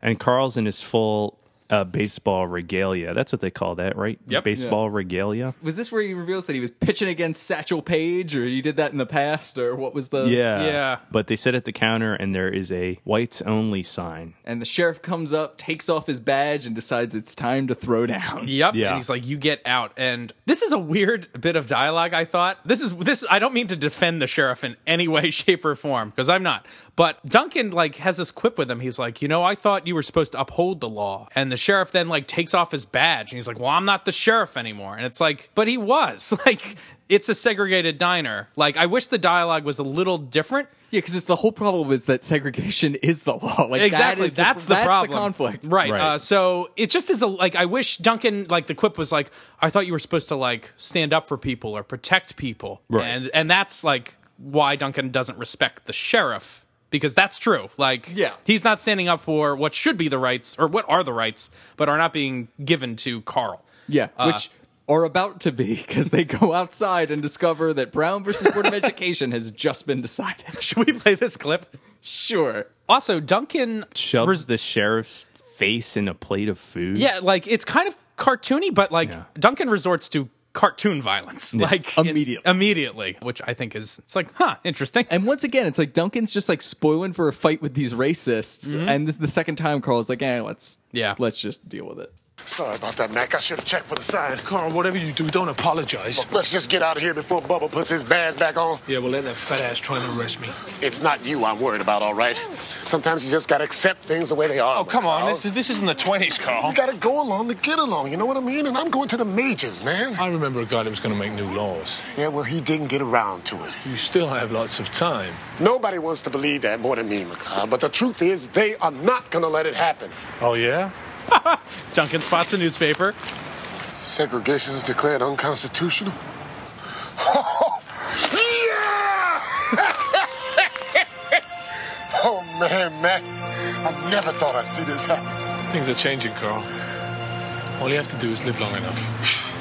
Speaker 6: and Carl's in his full uh, baseball regalia. That's what they call that, right?
Speaker 4: Yep.
Speaker 6: Baseball regalia.
Speaker 5: was this where he reveals that he was pitching against Satchel Paige, or he did that in the past, or what was the
Speaker 6: Yeah.
Speaker 4: Uh, Yeah.
Speaker 6: But they sit at the counter and there is a whites only sign.
Speaker 5: And the sheriff comes up, takes off his badge, and decides it's time to throw down.
Speaker 4: Yep.
Speaker 6: Yeah.
Speaker 4: And he's like, "You get out." And this is a weird bit of dialogue. I thought this is this. I don't mean to defend the sheriff in any way, shape, or form because I'm not. But Duncan like has this quip with him. He's like, "You know, I thought you were supposed to uphold the law." And the sheriff then like takes off his badge and he's like, "Well, I'm not the sheriff anymore." And it's like, but he was like. It's a segregated diner. Like, I wish the dialogue was a little different.
Speaker 5: Yeah, because the whole problem is that segregation is the law. Like that
Speaker 4: Exactly,
Speaker 5: is
Speaker 4: that's the problem.
Speaker 5: conflict.
Speaker 4: right?
Speaker 6: Right.
Speaker 4: Uh, so it just is a like. I wish Duncan like the quip was like, I thought you were supposed to like stand up for people or protect people,
Speaker 6: Right.
Speaker 4: and and that's like why Duncan doesn't respect the sheriff because that's true. Like,
Speaker 5: Yeah.
Speaker 4: he's not standing up for what should be the rights or what are the rights, but are not being given to Carl.
Speaker 5: Yeah,
Speaker 4: Uh,
Speaker 5: which are about to be because they go outside and discover that Brown versus Board of Education has just been decided.
Speaker 4: Should we play this clip?
Speaker 5: Sure.
Speaker 4: Also, Duncan
Speaker 6: Shoves the sheriff's face in a plate of food.
Speaker 4: Yeah, like it's kind of cartoony, but like
Speaker 6: Yeah.
Speaker 4: Duncan resorts to cartoon violence, like
Speaker 5: Immediately.
Speaker 4: immediately, which I think is it's like, huh, interesting.
Speaker 5: And once again, it's like Duncan's just like spoiling for a fight with these racists, and this is the second time Carl's like, "Eh, let's
Speaker 4: Mm-hmm. Yeah.
Speaker 5: let's just deal with it."
Speaker 1: Sorry about that, Mac. I should have checked for the sign.
Speaker 3: Carl, whatever you do, don't apologize.
Speaker 1: Let's just get out of here before Bubba puts his badge back on.
Speaker 2: Yeah, well, let that fat ass trying to arrest me.
Speaker 1: It's not you I'm worried about, all right? Sometimes you just gotta accept things the way they are.
Speaker 2: Oh, come on.
Speaker 1: Carl.
Speaker 2: This, this isn't the 20s, Carl.
Speaker 1: You gotta go along to get along, you know what I mean? And I'm going to the majors, man.
Speaker 2: I remember a guy that was going to make new laws.
Speaker 1: Yeah, well, he didn't get around to it.
Speaker 2: You still have lots of time.
Speaker 1: Nobody wants to believe that more than me, McCloud. But the truth is, they are not gonna let it happen.
Speaker 2: Oh, yeah?
Speaker 4: Duncan spots a newspaper.
Speaker 1: Segregation is declared unconstitutional? Oh, yeah! oh, man, Mac. I never thought I'd see this happen.
Speaker 3: Things are changing, Carl. All you have to do is live long enough.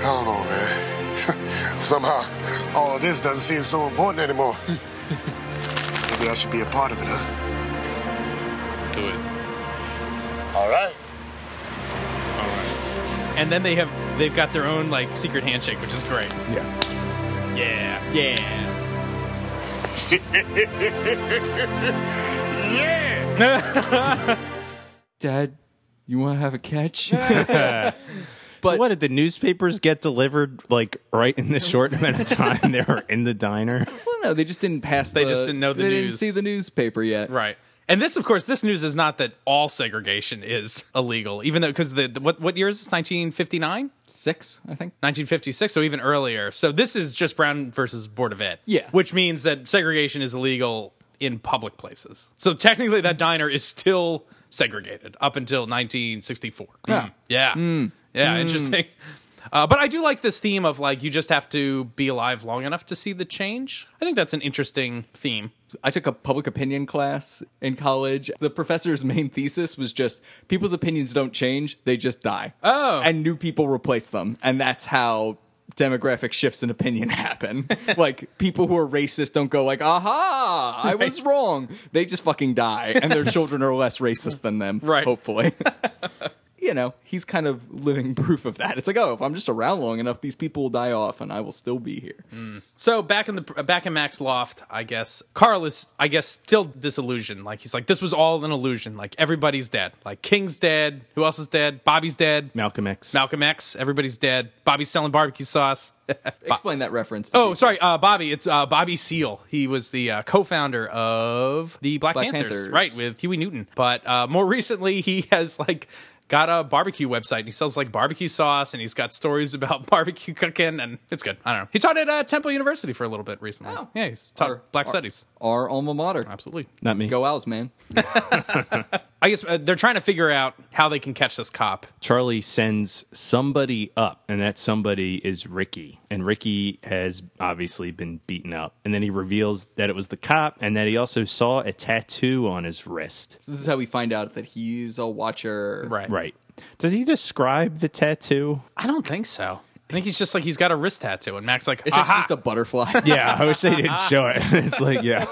Speaker 1: I don't know, man. Somehow, all of this doesn't seem so important anymore. Maybe I should be a part of it, huh?
Speaker 3: Do it.
Speaker 1: All right.
Speaker 4: And then they have they've got their own like secret handshake, which is great.
Speaker 3: Yeah.
Speaker 4: Yeah. Yeah.
Speaker 5: Dad, you want to have a catch?
Speaker 6: so what did the newspapers get delivered like right in the short amount of time they were in the diner?
Speaker 5: well, no, they just didn't pass.
Speaker 4: They
Speaker 5: the-
Speaker 4: just didn't know the
Speaker 5: they
Speaker 4: news.
Speaker 5: didn't see the newspaper yet.
Speaker 4: Right. And this, of course, this news is not that all segregation is illegal, even though because the, the what what year is this? 1959.
Speaker 5: Six, I think.
Speaker 4: 1956, so even earlier. So this is just Brown versus Board of Ed.
Speaker 5: Yeah.
Speaker 4: Which means that segregation is illegal in public places. So technically, that diner is still segregated up until 1964.
Speaker 5: Yeah. Hmm.
Speaker 4: Mm. Yeah. Yeah. Interesting. Uh, but I do like this theme of like you just have to be alive long enough to see the change. I think that's an interesting theme.
Speaker 5: I took a public opinion class in college. The professor's main thesis was just people's opinions don't change, they just die.
Speaker 4: Oh.
Speaker 5: And new people replace them. And that's how demographic shifts in opinion happen. like people who are racist don't go like, "Aha, I was wrong." They just fucking die and their children are less racist than them,
Speaker 4: Right.
Speaker 5: hopefully. you know, he's kind of living proof of that. It's like, "Oh, if I'm just around long enough, these people will die off and I will still be here."
Speaker 4: Mm. So back in the back in Mac's loft, I guess Carl is, I guess, still disillusioned. Like he's like, this was all an illusion. Like everybody's dead. Like King's dead. Who else is dead? Bobby's dead.
Speaker 6: Malcolm X.
Speaker 4: Malcolm X. Everybody's dead. Bobby's selling barbecue sauce.
Speaker 5: Explain that reference. to
Speaker 4: oh,
Speaker 5: me.
Speaker 4: sorry, uh, Bobby. It's uh, Bobby Seal. He was the uh, co-founder of the Black,
Speaker 5: Black
Speaker 4: Panthers,
Speaker 5: Panthers.
Speaker 4: right, with Huey Newton. But uh, more recently, he has like. Got a barbecue website and he sells like barbecue sauce and he's got stories about barbecue cooking and it's good. I don't know. He taught at uh, Temple University for a little bit recently.
Speaker 5: Oh.
Speaker 4: yeah, he's taught
Speaker 5: Our-
Speaker 4: Black
Speaker 5: our-
Speaker 4: Studies.
Speaker 5: Our alma mater.
Speaker 4: Absolutely.
Speaker 6: Not me.
Speaker 5: Go Owls, man.
Speaker 4: I guess uh, they're trying to figure out how they can catch this cop.
Speaker 6: Charlie sends somebody up, and that somebody is Ricky. And Ricky has obviously been beaten up. And then he reveals that it was the cop and that he also saw a tattoo on his wrist.
Speaker 5: This is how we find out that he's a watcher.
Speaker 6: Right. Does he describe the tattoo?
Speaker 4: I don't think so. I think he's just like he's got a wrist tattoo, and Mac's like,
Speaker 5: It's like
Speaker 4: Aha!
Speaker 5: just a butterfly.
Speaker 6: Yeah, I wish they didn't show it. It's like, yeah.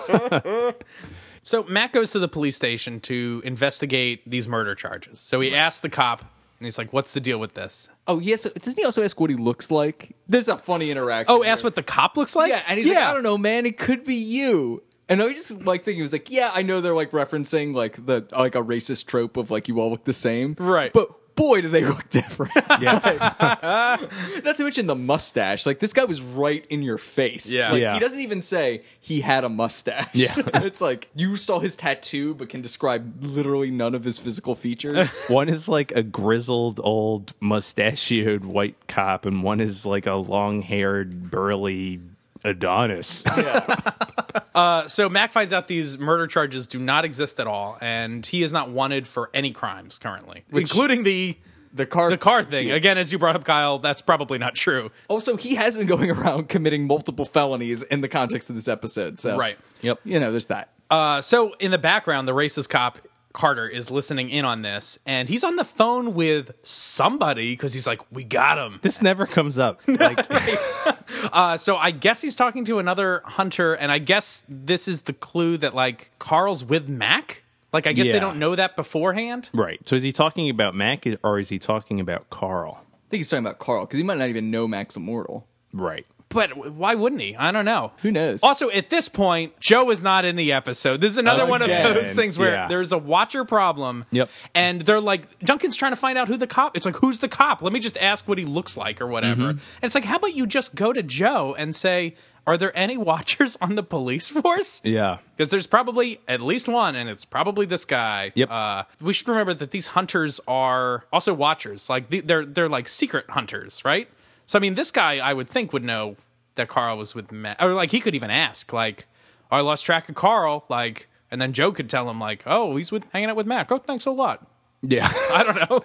Speaker 4: so Mac goes to the police station to investigate these murder charges. So he asks the cop, and he's like, "What's the deal with this?"
Speaker 5: Oh, he has, doesn't he also ask what he looks like? There's a funny interaction.
Speaker 4: Oh, ask
Speaker 5: here.
Speaker 4: what the cop looks like.
Speaker 5: Yeah, and he's like, I don't know, man. It could be you. And I was just like thinking, he was like, yeah, I know they're like referencing like the like a racist trope of like you all look the same,
Speaker 4: Right.
Speaker 5: But boy, do they look different.
Speaker 6: Yeah.
Speaker 5: Not to mention the mustache. Like this guy was right in your face.
Speaker 4: Yeah.
Speaker 5: Like
Speaker 6: Yeah.
Speaker 5: he doesn't even say he had a mustache.
Speaker 6: Yeah.
Speaker 5: it's like you saw his tattoo, but can describe literally none of his physical features.
Speaker 6: One is like a grizzled old mustachioed white cop, and one is like a long haired burly Adonis.
Speaker 4: So Mac finds out these murder charges do not exist at all, and he is not wanted for any crimes currently, including the
Speaker 5: the car
Speaker 4: the car thing. Again, as you brought up, Kyle, that's probably not true.
Speaker 5: Also, he has been going around committing multiple felonies in the context of this episode. So
Speaker 4: Right. Uh,
Speaker 5: Yep. You know, there's that.
Speaker 4: So in the background, the racist cop Carter is listening in on this, and he's on the phone with somebody because he's like, "We got him."
Speaker 6: this never comes up. Like,
Speaker 4: Uh, so I guess he's talking to another hunter, and I guess this is the clue that like Carl's with Mac. Like I guess
Speaker 6: Yeah.
Speaker 4: they don't know that beforehand.
Speaker 6: Right. So is he talking about Mac or is he talking about Carl?
Speaker 5: think he's talking about Carl because he might not even know Max immortal.
Speaker 6: Right.
Speaker 4: But w- why wouldn't he? I don't know.
Speaker 5: Who knows?
Speaker 4: Also, at this point, Joe is not in the episode. This is another one of
Speaker 6: Again.
Speaker 4: those things where
Speaker 6: Yeah.
Speaker 4: there's a watcher problem.
Speaker 6: Yep.
Speaker 4: And they're like, Duncan's trying to find out who the cop. It's like, who's the cop? Let me just ask what he looks like or whatever. And
Speaker 6: Mm-hmm.
Speaker 4: it's like, how about you just go to Joe and say, are there any watchers on the police force?
Speaker 6: Yeah.
Speaker 4: Because there's probably at least one, and it's probably this guy.
Speaker 6: Yep.
Speaker 4: Uh, we should remember that these hunters are also watchers. Like the- they're they're like secret hunters, right? So I mean, this guy I would think would know that Carl was with Matt, or like he could even ask, like, "Oh, "I lost track of Carl," like, and then Joe could tell him, like, "Oh, he's with hanging out with Mac. Oh, thanks a lot."
Speaker 6: Yeah.
Speaker 4: I don't know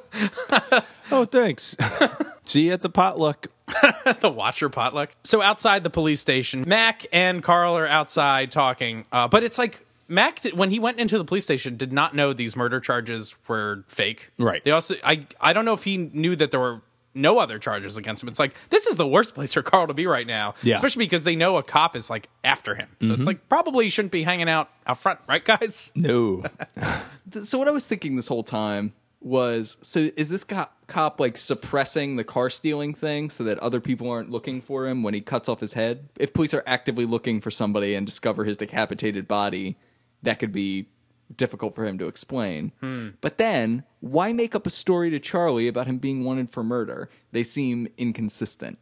Speaker 6: oh, thanks. See you at the potluck.
Speaker 4: the watcher potluck. So outside the police station, Mac and Carl are outside talking, uh, but it's like. Mac, did, when he went into the police station, did not know these murder charges were fake.
Speaker 6: Right.
Speaker 4: They also, I, I don't know if he knew that there were no other charges against him. It's like this is the worst place for Carl to be right now.
Speaker 6: Yeah. Mm-hmm.
Speaker 4: Especially because they know a cop is like after him, so it's like probably shouldn't be hanging out out front, right, guys?
Speaker 6: No.
Speaker 5: so what I was thinking this whole time was so is this cop, cop like suppressing the car stealing thing so that other people aren't looking for him when he cuts off his head? If police are actively looking for somebody and discover his decapitated body, that could be difficult for him to explain. But then, why make up a story to Charlie about him being wanted for murder? They seem inconsistent.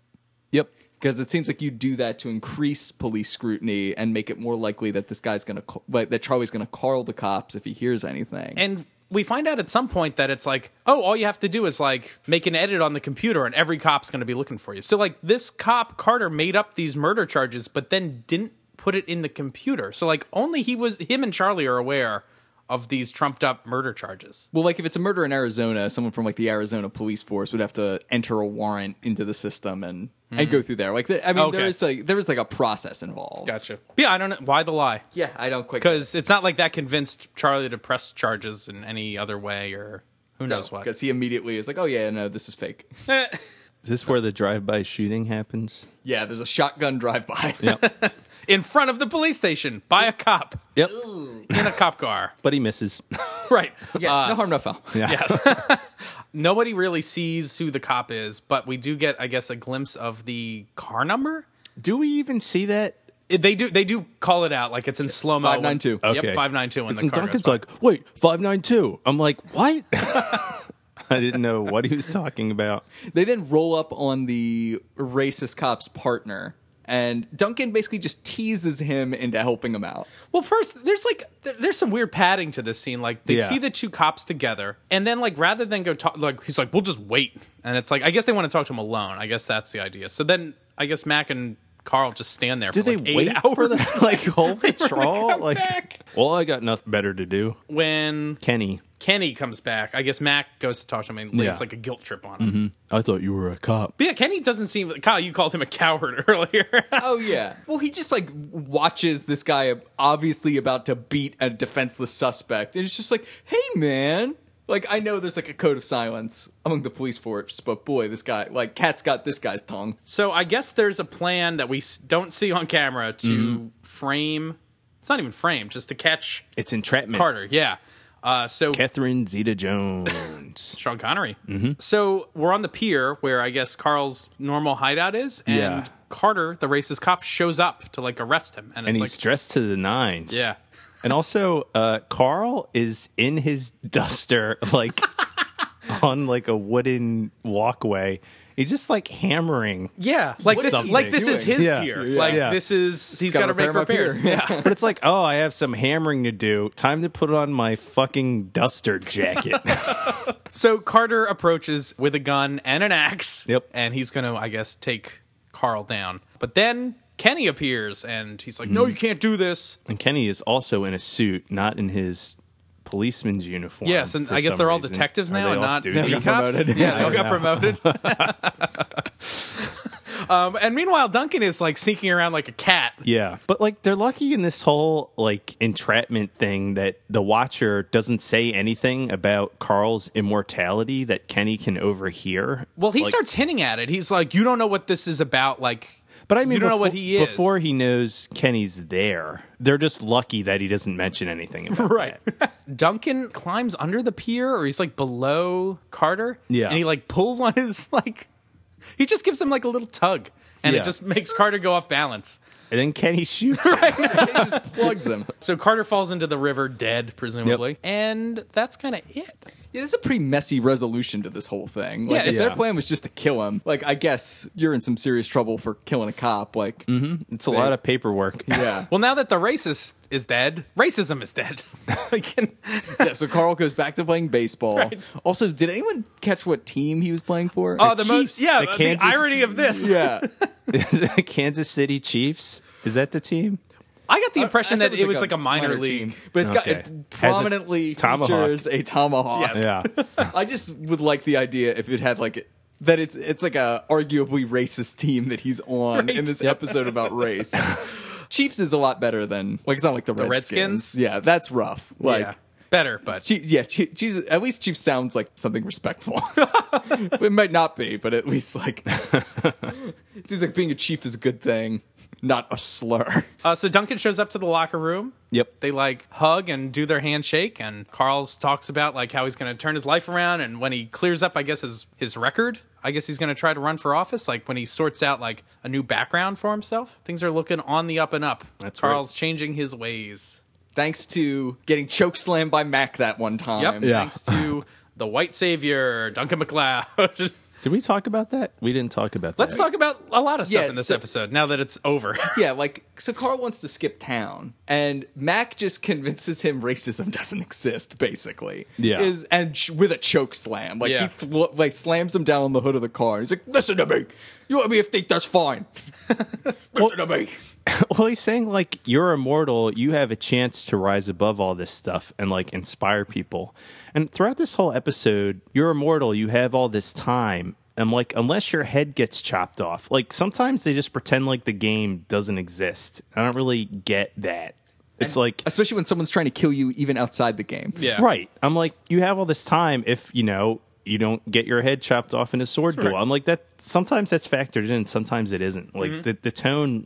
Speaker 6: Yep.
Speaker 5: Because it seems like you do that to increase police scrutiny and make it more likely that this guy's gonna, ca- like, that Charlie's gonna call the cops if he hears anything.
Speaker 4: And we find out at some point that it's like, oh, all you have to do is like make an edit on the computer and every cop's going to be looking for you. So, like, this cop, Carter, made up these murder charges, but then didn't put it in the computer. So, like, only he was, him and Charlie are aware of these trumped up murder charges.
Speaker 5: Well, like if it's a murder in Arizona, someone from like the Arizona police force would have to enter a warrant into the system and and go through there. Like, the, I mean, there
Speaker 4: Hmm. Okay.
Speaker 5: is like there is like a process involved.
Speaker 4: Yeah, I don't know. Why the lie?
Speaker 5: Yeah, I don't quite
Speaker 4: Because it's not like that convinced Charlie to press charges in any other way or who knows what.
Speaker 5: because he immediately is like, oh yeah, no, this is fake.
Speaker 6: Is this where the drive-by shooting happens?
Speaker 5: yeah, there's a shotgun drive by.
Speaker 4: In front of the police station by a cop
Speaker 6: Yep.
Speaker 4: in a cop car.
Speaker 6: But he misses.
Speaker 4: Right.
Speaker 5: yeah, no harm, no foul.
Speaker 4: nobody really sees who the cop is, but we do get, I guess, a glimpse of the car number.
Speaker 6: Do we even see that?
Speaker 4: It- They do they do call it out like it's in slow mo.
Speaker 5: 592.
Speaker 4: Yep, five nine two. When the
Speaker 6: And
Speaker 4: car goes
Speaker 6: Duncan's
Speaker 4: by.
Speaker 6: like, wait, 592. I'm like, what? I didn't know what he was talking about.
Speaker 5: They then roll up on the racist cop's partner, and Duncan basically just teases him into helping him out.
Speaker 4: well, first there's like th- there's some weird padding to this scene. Like they
Speaker 6: Yeah.
Speaker 4: see the two cops together, and then like rather than go talk, like he's like, we'll just wait. And it's like I guess they want to talk to him alone. I guess that's the idea. So then I guess Mac and Carl just stand there.
Speaker 6: Did
Speaker 4: for
Speaker 6: they
Speaker 4: like eight
Speaker 6: wait
Speaker 4: hours
Speaker 6: for the like whole
Speaker 4: were gonna
Speaker 6: patrol?
Speaker 4: come
Speaker 6: Like,
Speaker 4: back.
Speaker 6: well, I got nothing better to do.
Speaker 4: when
Speaker 6: Kenny,
Speaker 4: Kenny comes back? I guess Mac goes to talk to him and lays
Speaker 6: Yeah.
Speaker 4: like a guilt trip on him.
Speaker 6: I thought you were a cop.
Speaker 4: But yeah, Kenny doesn't seem. Kyle, you called him a coward earlier.
Speaker 5: Oh yeah. Well, he just like watches this guy obviously about to beat a defenseless suspect, and it's just like, "Hey, man." Like I know there's like a code of silence among the police force, but boy, this guy like cat's got this guy's tongue.
Speaker 4: so I guess there's a plan that we s- don't see on camera to
Speaker 5: Mm-hmm.
Speaker 4: frame. It's not even frame, just to catch
Speaker 6: It's entrapment.
Speaker 4: Carter. Yeah. Uh, so
Speaker 6: Catherine Zeta Jones.
Speaker 4: Sean Connery.
Speaker 5: Mm-hmm.
Speaker 4: So we're on the pier where I guess Carl's normal hideout is, and
Speaker 6: Yeah.
Speaker 4: Carter, the racist cop, shows up to like arrest him, and,
Speaker 6: and
Speaker 4: it's
Speaker 6: he's
Speaker 4: like,
Speaker 6: dressed to the nines.
Speaker 4: yeah.
Speaker 6: And also, uh, Carl is in his duster, like on like a wooden walkway. He's just like hammering.
Speaker 4: Yeah, like
Speaker 5: What
Speaker 4: this,
Speaker 5: is he
Speaker 4: like this is
Speaker 5: doing?
Speaker 4: his
Speaker 6: Yeah.
Speaker 4: pier.
Speaker 6: Yeah.
Speaker 4: Like
Speaker 6: Yeah.
Speaker 4: this is he's got
Speaker 5: gotta
Speaker 4: to make
Speaker 5: repair my pier.
Speaker 4: repairs. Yeah,
Speaker 6: But it's like, oh, I have some hammering to do. Time to put on my fucking duster jacket.
Speaker 4: So Carter approaches with a gun and an axe.
Speaker 6: Yep.
Speaker 4: And he's going to, I guess, take Carl down. But then Kenny appears and he's like, no,
Speaker 6: Hmm.
Speaker 4: you can't do this.
Speaker 6: and Kenny is also in a suit, not in his policeman's uniform.
Speaker 4: yes. And
Speaker 6: for
Speaker 4: I guess
Speaker 6: some
Speaker 4: they're all
Speaker 6: reason.
Speaker 4: detectives
Speaker 6: Are
Speaker 4: now
Speaker 6: they
Speaker 4: and
Speaker 6: off
Speaker 4: not
Speaker 6: duty?
Speaker 4: beat cops.
Speaker 5: promoted.
Speaker 4: Yeah, they all got promoted. um, and meanwhile, Duncan is like sneaking around like a cat.
Speaker 6: Yeah. But like they're lucky in this whole like entrapment thing that the watcher doesn't say anything about Carl's immortality that Kenny can overhear.
Speaker 4: Well, he
Speaker 6: Like,
Speaker 4: starts hinting at it. He's like, you don't know what this is about. Like,
Speaker 6: But I mean,
Speaker 4: don't know
Speaker 6: befo-
Speaker 4: what he is.
Speaker 6: before he knows Kenny's there. They're just lucky that he doesn't mention anything. About
Speaker 4: Right. Duncan climbs under the pier or he's like below Carter.
Speaker 6: Yeah.
Speaker 4: And he like pulls on his like he just gives him like a little tug. And
Speaker 6: Yeah.
Speaker 4: it just makes Carter go off balance.
Speaker 6: that. And then Kenny shoots.
Speaker 5: Plugs him.
Speaker 4: So Carter falls into the river dead, presumably. And that's kind of it.
Speaker 5: Yeah, this is a pretty messy resolution to this whole thing. Like,
Speaker 4: Yeah,
Speaker 5: if their
Speaker 4: yeah.
Speaker 5: plan was just to kill him, like, I guess you're in some serious trouble for killing a cop. Like,
Speaker 6: It's a lot of paperwork.
Speaker 5: yeah.
Speaker 4: Well, now that the racist is dead, racism is dead. I can-
Speaker 5: yeah. So Carl goes back to playing baseball. Also, did anyone catch what team he was playing for?
Speaker 4: oh, the, mo-
Speaker 6: Chiefs,
Speaker 4: yeah,
Speaker 6: the
Speaker 4: the,
Speaker 6: Kansas-
Speaker 4: irony of this.
Speaker 5: yeah.
Speaker 6: The Kansas City Chiefs. Is that the team?
Speaker 4: I got the impression
Speaker 5: I
Speaker 4: that
Speaker 5: thought
Speaker 4: it was like a minor, league.
Speaker 5: team. but it's got
Speaker 6: Okay. Has
Speaker 5: it
Speaker 6: a
Speaker 5: prominently
Speaker 6: tomahawk.
Speaker 5: features a tomahawk.
Speaker 6: Yeah.
Speaker 5: I just would like the idea if it had like that it's it's like a arguably racist team that he's on in this episode about race. Chiefs is a lot better than like it's not like the,
Speaker 4: Redskins?
Speaker 5: Yeah, that's rough. Like
Speaker 4: yeah. Better, but
Speaker 5: Chief, yeah, Chief, Chiefs, at least Chiefs sounds like something respectful. it might not be, but at least like it seems like being a chief is a good thing, not a slur.
Speaker 4: Uh, so Duncan shows up to the locker room.
Speaker 6: Yep.
Speaker 4: They like hug and do their handshake, and Carl's talks about like how he's going to turn his life around, and when he clears up, I guess his his record. I guess he's going to try to run for office. Like when he sorts out like a new background for himself, things are looking on the up and up.
Speaker 6: That's right.
Speaker 4: Carl's changing his ways.
Speaker 5: Thanks to getting choke slammed by Mac that one time.
Speaker 4: Yep. Thanks to the white savior, Duncan McLeod.
Speaker 6: Did we talk about that? We didn't talk about that.
Speaker 4: Let's talk about a lot of stuff
Speaker 5: Yeah,
Speaker 4: in this
Speaker 5: so-
Speaker 4: episode now that it's over.
Speaker 5: Yeah, like so Carl wants to skip town and Mac just convinces him racism doesn't exist basically.
Speaker 6: Yeah.
Speaker 5: Is and ch- with a choke slam. Like
Speaker 4: Yeah.
Speaker 5: he th- like slams him down on the hood of the car. He's like, "Listen to me. You want me to think that's fine. Listen to me."
Speaker 6: Well, he's saying like you're immortal. You have a chance to rise above all this stuff and like inspire people. And throughout this whole episode, you're immortal. You have all this time. I'm like, unless your head gets chopped off. Like sometimes they just pretend like the game doesn't exist. I don't really get that. It's like
Speaker 5: Especially when someone's trying to kill you even outside the game.
Speaker 4: yeah.
Speaker 6: right. I'm like, you have all this time. If you know you don't get your head chopped off in a sword duel, I'm like that. Sometimes that's factored in. Sometimes it isn't. Like
Speaker 4: Mm-hmm.
Speaker 6: the the tone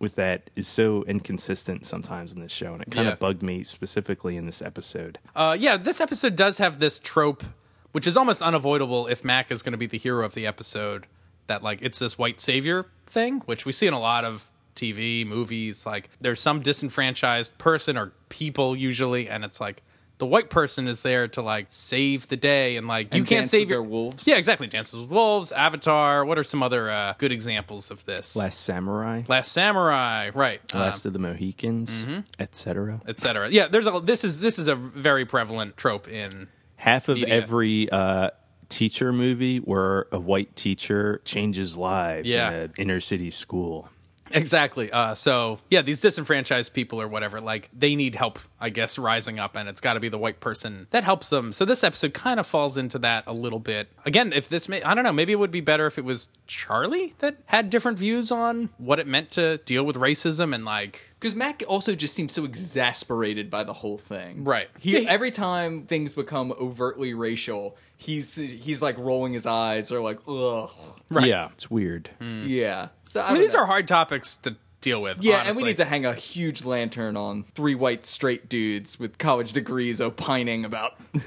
Speaker 6: with that is so inconsistent sometimes in this show, and it kind
Speaker 4: Yeah.
Speaker 6: of bugged me specifically in this episode.
Speaker 4: Uh, yeah, this episode does have this trope, which is almost unavoidable if Mac is going to be the hero of the episode. That like it's this white savior thing, which we see in a lot of TV movies. Like there's some disenfranchised person or people usually, and it's like the white person is there to like save the day, and like you
Speaker 5: And
Speaker 4: can't
Speaker 5: Dance
Speaker 4: save
Speaker 5: with
Speaker 4: your
Speaker 5: Their Wolves.
Speaker 4: Yeah, exactly. Dances with Wolves, Avatar. What are some other uh, good examples of this?
Speaker 6: Last Samurai,
Speaker 4: Last Samurai, right?
Speaker 5: Uh,
Speaker 4: Um,
Speaker 6: Last of the Mohicans,
Speaker 4: mm-hmm.
Speaker 6: etc.
Speaker 4: etc. Yeah, there's a this is this is a very prevalent trope in
Speaker 6: Half of
Speaker 4: Media.
Speaker 6: every. Uh, Teacher movie where a white teacher changes lives
Speaker 4: Yeah.
Speaker 6: in an inner city school.
Speaker 4: Exactly. Uh, so yeah, these disenfranchised people or whatever, like they need help, I guess, rising up, and it's got to be the white person that helps them. So this episode kind of falls into that a little bit. Again, if this, may, I don't know, maybe it would be better if it was Charlie that had different views on what it meant to deal with racism and like
Speaker 5: Because Mac also just seems so exasperated by the whole thing.
Speaker 4: Right.
Speaker 5: He every time things become overtly racial, he's he's like rolling his eyes or like ugh.
Speaker 4: Right. Mm.
Speaker 6: Yeah, it's weird.
Speaker 5: Yeah. So I
Speaker 4: I mean,
Speaker 5: don't
Speaker 4: these
Speaker 5: know.
Speaker 4: are hard topics to deal with.
Speaker 5: Yeah, and
Speaker 4: honestly.
Speaker 5: we need to hang a huge lantern on three white straight dudes with college degrees opining about.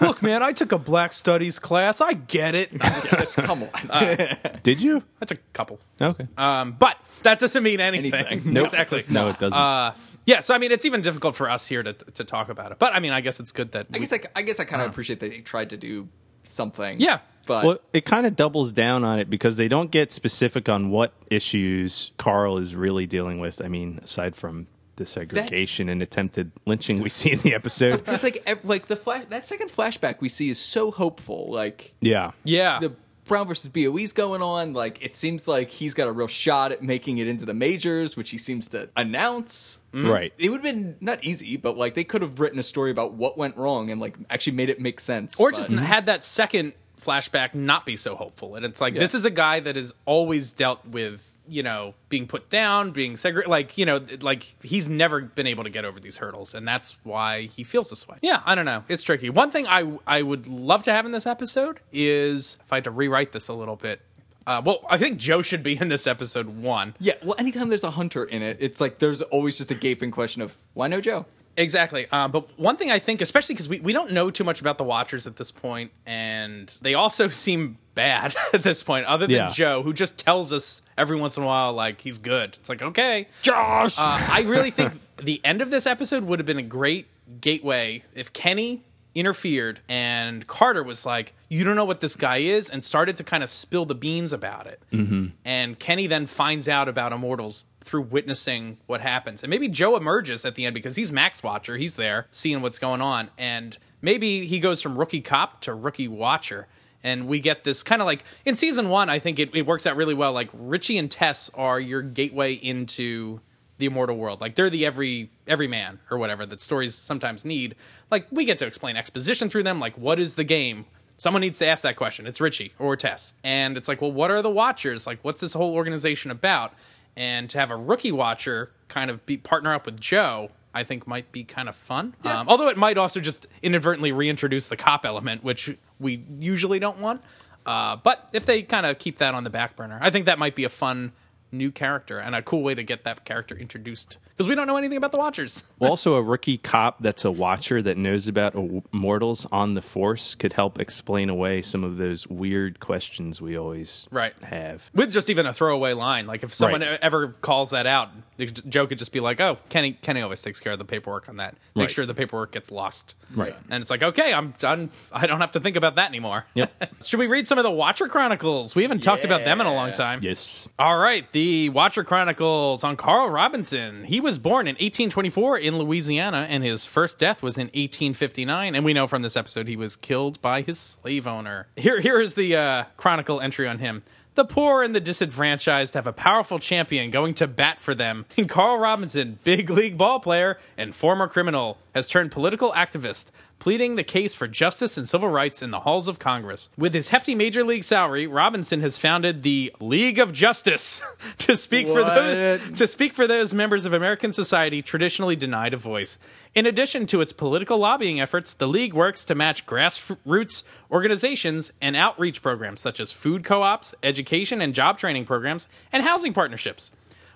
Speaker 4: look, man. I took a Black Studies class. I get it.
Speaker 5: Yes, come on.
Speaker 4: Uh,
Speaker 6: Did you?
Speaker 4: That's a couple.
Speaker 6: Okay.
Speaker 4: Um, but that doesn't mean anything.
Speaker 5: Anything.
Speaker 6: Nope.
Speaker 4: Exactly.
Speaker 6: No, it doesn't.
Speaker 4: Yeah, so I mean, it's even difficult for us here to to talk about it. But I mean, I guess it's good that
Speaker 5: I
Speaker 4: we-
Speaker 5: guess I, I guess I kind of appreciate that they tried to do something.
Speaker 4: uh. Yeah.
Speaker 5: but
Speaker 6: well, it kind of doubles down on it because they don't get specific on what issues Carl is really dealing with. I mean, aside from the segregation and attempted lynching we see in the episode.
Speaker 5: it's like ev- like the flash that second flashback we see is so hopeful. Like
Speaker 6: yeah.
Speaker 4: yeah,
Speaker 5: the Brown versus BOE's going on. Like it seems like he's got a real shot at making it into the majors, which he seems to announce.
Speaker 4: Mm.
Speaker 6: Right.
Speaker 5: It would have been not easy, but like they could have written a story about what went wrong and like actually made it make sense.
Speaker 4: or
Speaker 5: but-
Speaker 4: just had that second flashback not be so hopeful. And it's like this is a guy that has always dealt with you know being put down, being segregated. Like you know, th- like he's never been able to get over these hurdles, and that's why he feels this way. Yeah, I don't know. It's tricky. One thing I I would love to have in this episode is if I had to rewrite this a little bit. Uh, well, I think Joe should be in this episode one.
Speaker 5: Yeah, well, anytime there's a hunter in it, it's like there's always just a gaping question of why no Joe?
Speaker 4: Exactly. Um, but one thing I think, especially because we, we don't know too much about the Watchers at this point, and they also seem bad at this point, other than
Speaker 6: Yeah.
Speaker 4: Joe, who just tells us every once in a while, like, he's good. It's like, okay.
Speaker 2: Josh!
Speaker 4: Uh, I really think the end of this episode would have been a great gateway if Kenny interfered and Carter was like, you don't know what this guy is, and started to kind of spill the beans about it. Mm-hmm. And Kenny then finds out about Immortals through witnessing what happens. And maybe Joe emerges at the end because he's Max Watcher. He's there seeing what's going on. And maybe he goes from rookie cop to rookie watcher. And we get this kind of like in season one, I think it, it works out really well. Like Richie and Tess are your gateway into the immortal world. Like they're the every every man or whatever that stories sometimes need. Like we get to explain exposition through them. Like what is the game? Someone needs to ask that question. It's Richie or Tess, and it's like, well, what are the Watchers? Like what's this whole organization about? And to have a rookie Watcher kind of be partner up with Joe. I think might be kind of fun. Um, although it might also just inadvertently reintroduce the cop element, which we usually don't want. Uh, but if they kind of keep that on the back burner, I think that might be a fun new character and a cool way to get that character introduced because we don't know anything about the Watchers.
Speaker 6: also, a rookie cop that's a watcher that knows about mortals on the force could help explain away some of those weird questions we always
Speaker 4: Right.
Speaker 6: have.
Speaker 4: With just even a throwaway line, like if someone e-,
Speaker 6: Right.
Speaker 4: ever calls that out, it- Joe could just be like, "Oh, Kenny, Kenny always takes care of the paperwork on that. Make
Speaker 6: Right.
Speaker 4: sure the paperwork gets lost."
Speaker 6: Right.
Speaker 4: And it's like, "Okay, I'm done. I don't have to think about that anymore."
Speaker 6: Yep.
Speaker 4: Should we read some of the Watcher Chronicles? We haven't talked about them in a long time.
Speaker 6: Yes.
Speaker 4: All right, the Watcher Chronicles on Carl Robinson. He was born in 1824 in Louisiana, and his first death was in 1859. And we know from this episode he was killed by his slave owner. Here, here is the uh, Chronicle entry on him. The poor and the disadvantaged have a powerful champion going to bat for them. And Carl Robinson, big league ball player and former criminal, has turned political activist, pleading the case for justice and civil rights in the halls of Congress. With his hefty major league salary, Robinson has founded the League of Justice to speak for those to speak for those members of American society traditionally denied a voice. In addition to its political lobbying efforts, the league works to match grassroots organizations and outreach programs such as food co-ops, education and job training programs, and housing partnerships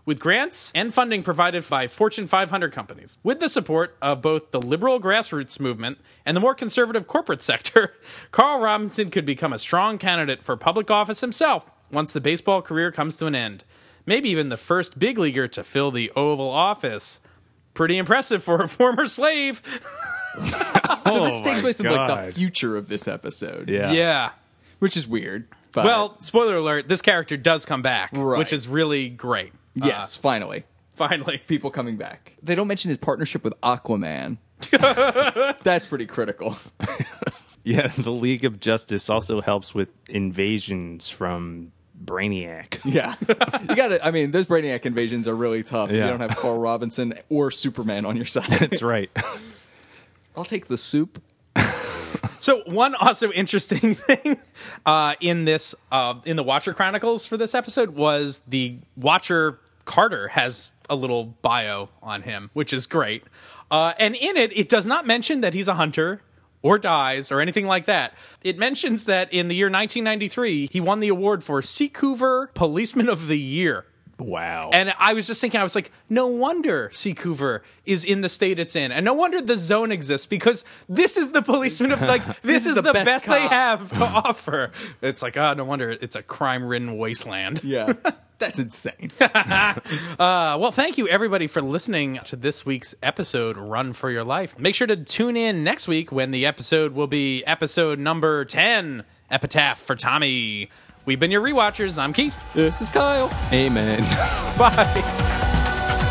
Speaker 4: with grants and funding provided by Fortune 500 companies. With the support of both the liberal grassroots movement and the more conservative corporate sector, Carl Robinson could become a strong candidate for public office himself once the baseball career comes to an end. Maybe even the first big leaguer to fill the Oval Office. Pretty impressive for a former slave.
Speaker 5: So this takes
Speaker 6: my
Speaker 5: place in like the
Speaker 6: God.
Speaker 5: future of this episode.
Speaker 6: Yeah.
Speaker 4: Oh Yeah.
Speaker 5: Which is weird. But
Speaker 4: Well, spoiler alert, this character does come back,
Speaker 5: Right.
Speaker 4: which is really great. Uh,
Speaker 5: yes, finally.
Speaker 4: finally.
Speaker 5: People coming back. They don't mention his partnership with Aquaman. That's pretty critical.
Speaker 6: Yeah. The League of Justice also helps with invasions from Brainiac.
Speaker 5: Yeah. You gotta I mean, those Brainiac invasions are really tough. if You
Speaker 6: Yeah.
Speaker 5: don't have Carl Robinson or Superman on your side.
Speaker 6: That's right.
Speaker 5: I'll take the soup.
Speaker 4: So one also interesting thing uh, in this uh, in the Watcher Chronicles for this episode was the Watcher Carter has a little bio on him, which is great. Uh, and in it, it does not mention that he's a hunter or dies or anything like that. It mentions that in the year 1993, he won the award for Seacouver Policeman of the Year.
Speaker 6: Wow.
Speaker 4: And I was just thinking, I was like, no wonder Seacouver is in the state it's in. And no wonder the zone exists because this is the policeman of like, this, is, the, best, they
Speaker 5: cop.
Speaker 4: have to offer. It's like, ah, no wonder it's a crime ridden wasteland.
Speaker 5: Yeah. That's insane.
Speaker 4: Uh, well, thank you everybody for listening to this week's episode, Run for Your Life. Make sure to tune in next week when the episode will be episode number 10 Epitaph for Tommy. We've been your rewatchers. I'm Keith.
Speaker 5: this is Kyle.
Speaker 6: Amen.
Speaker 4: Bye.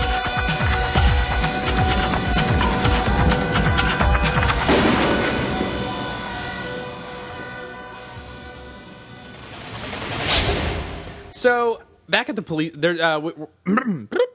Speaker 4: So back at the police, there. Uh, w- w-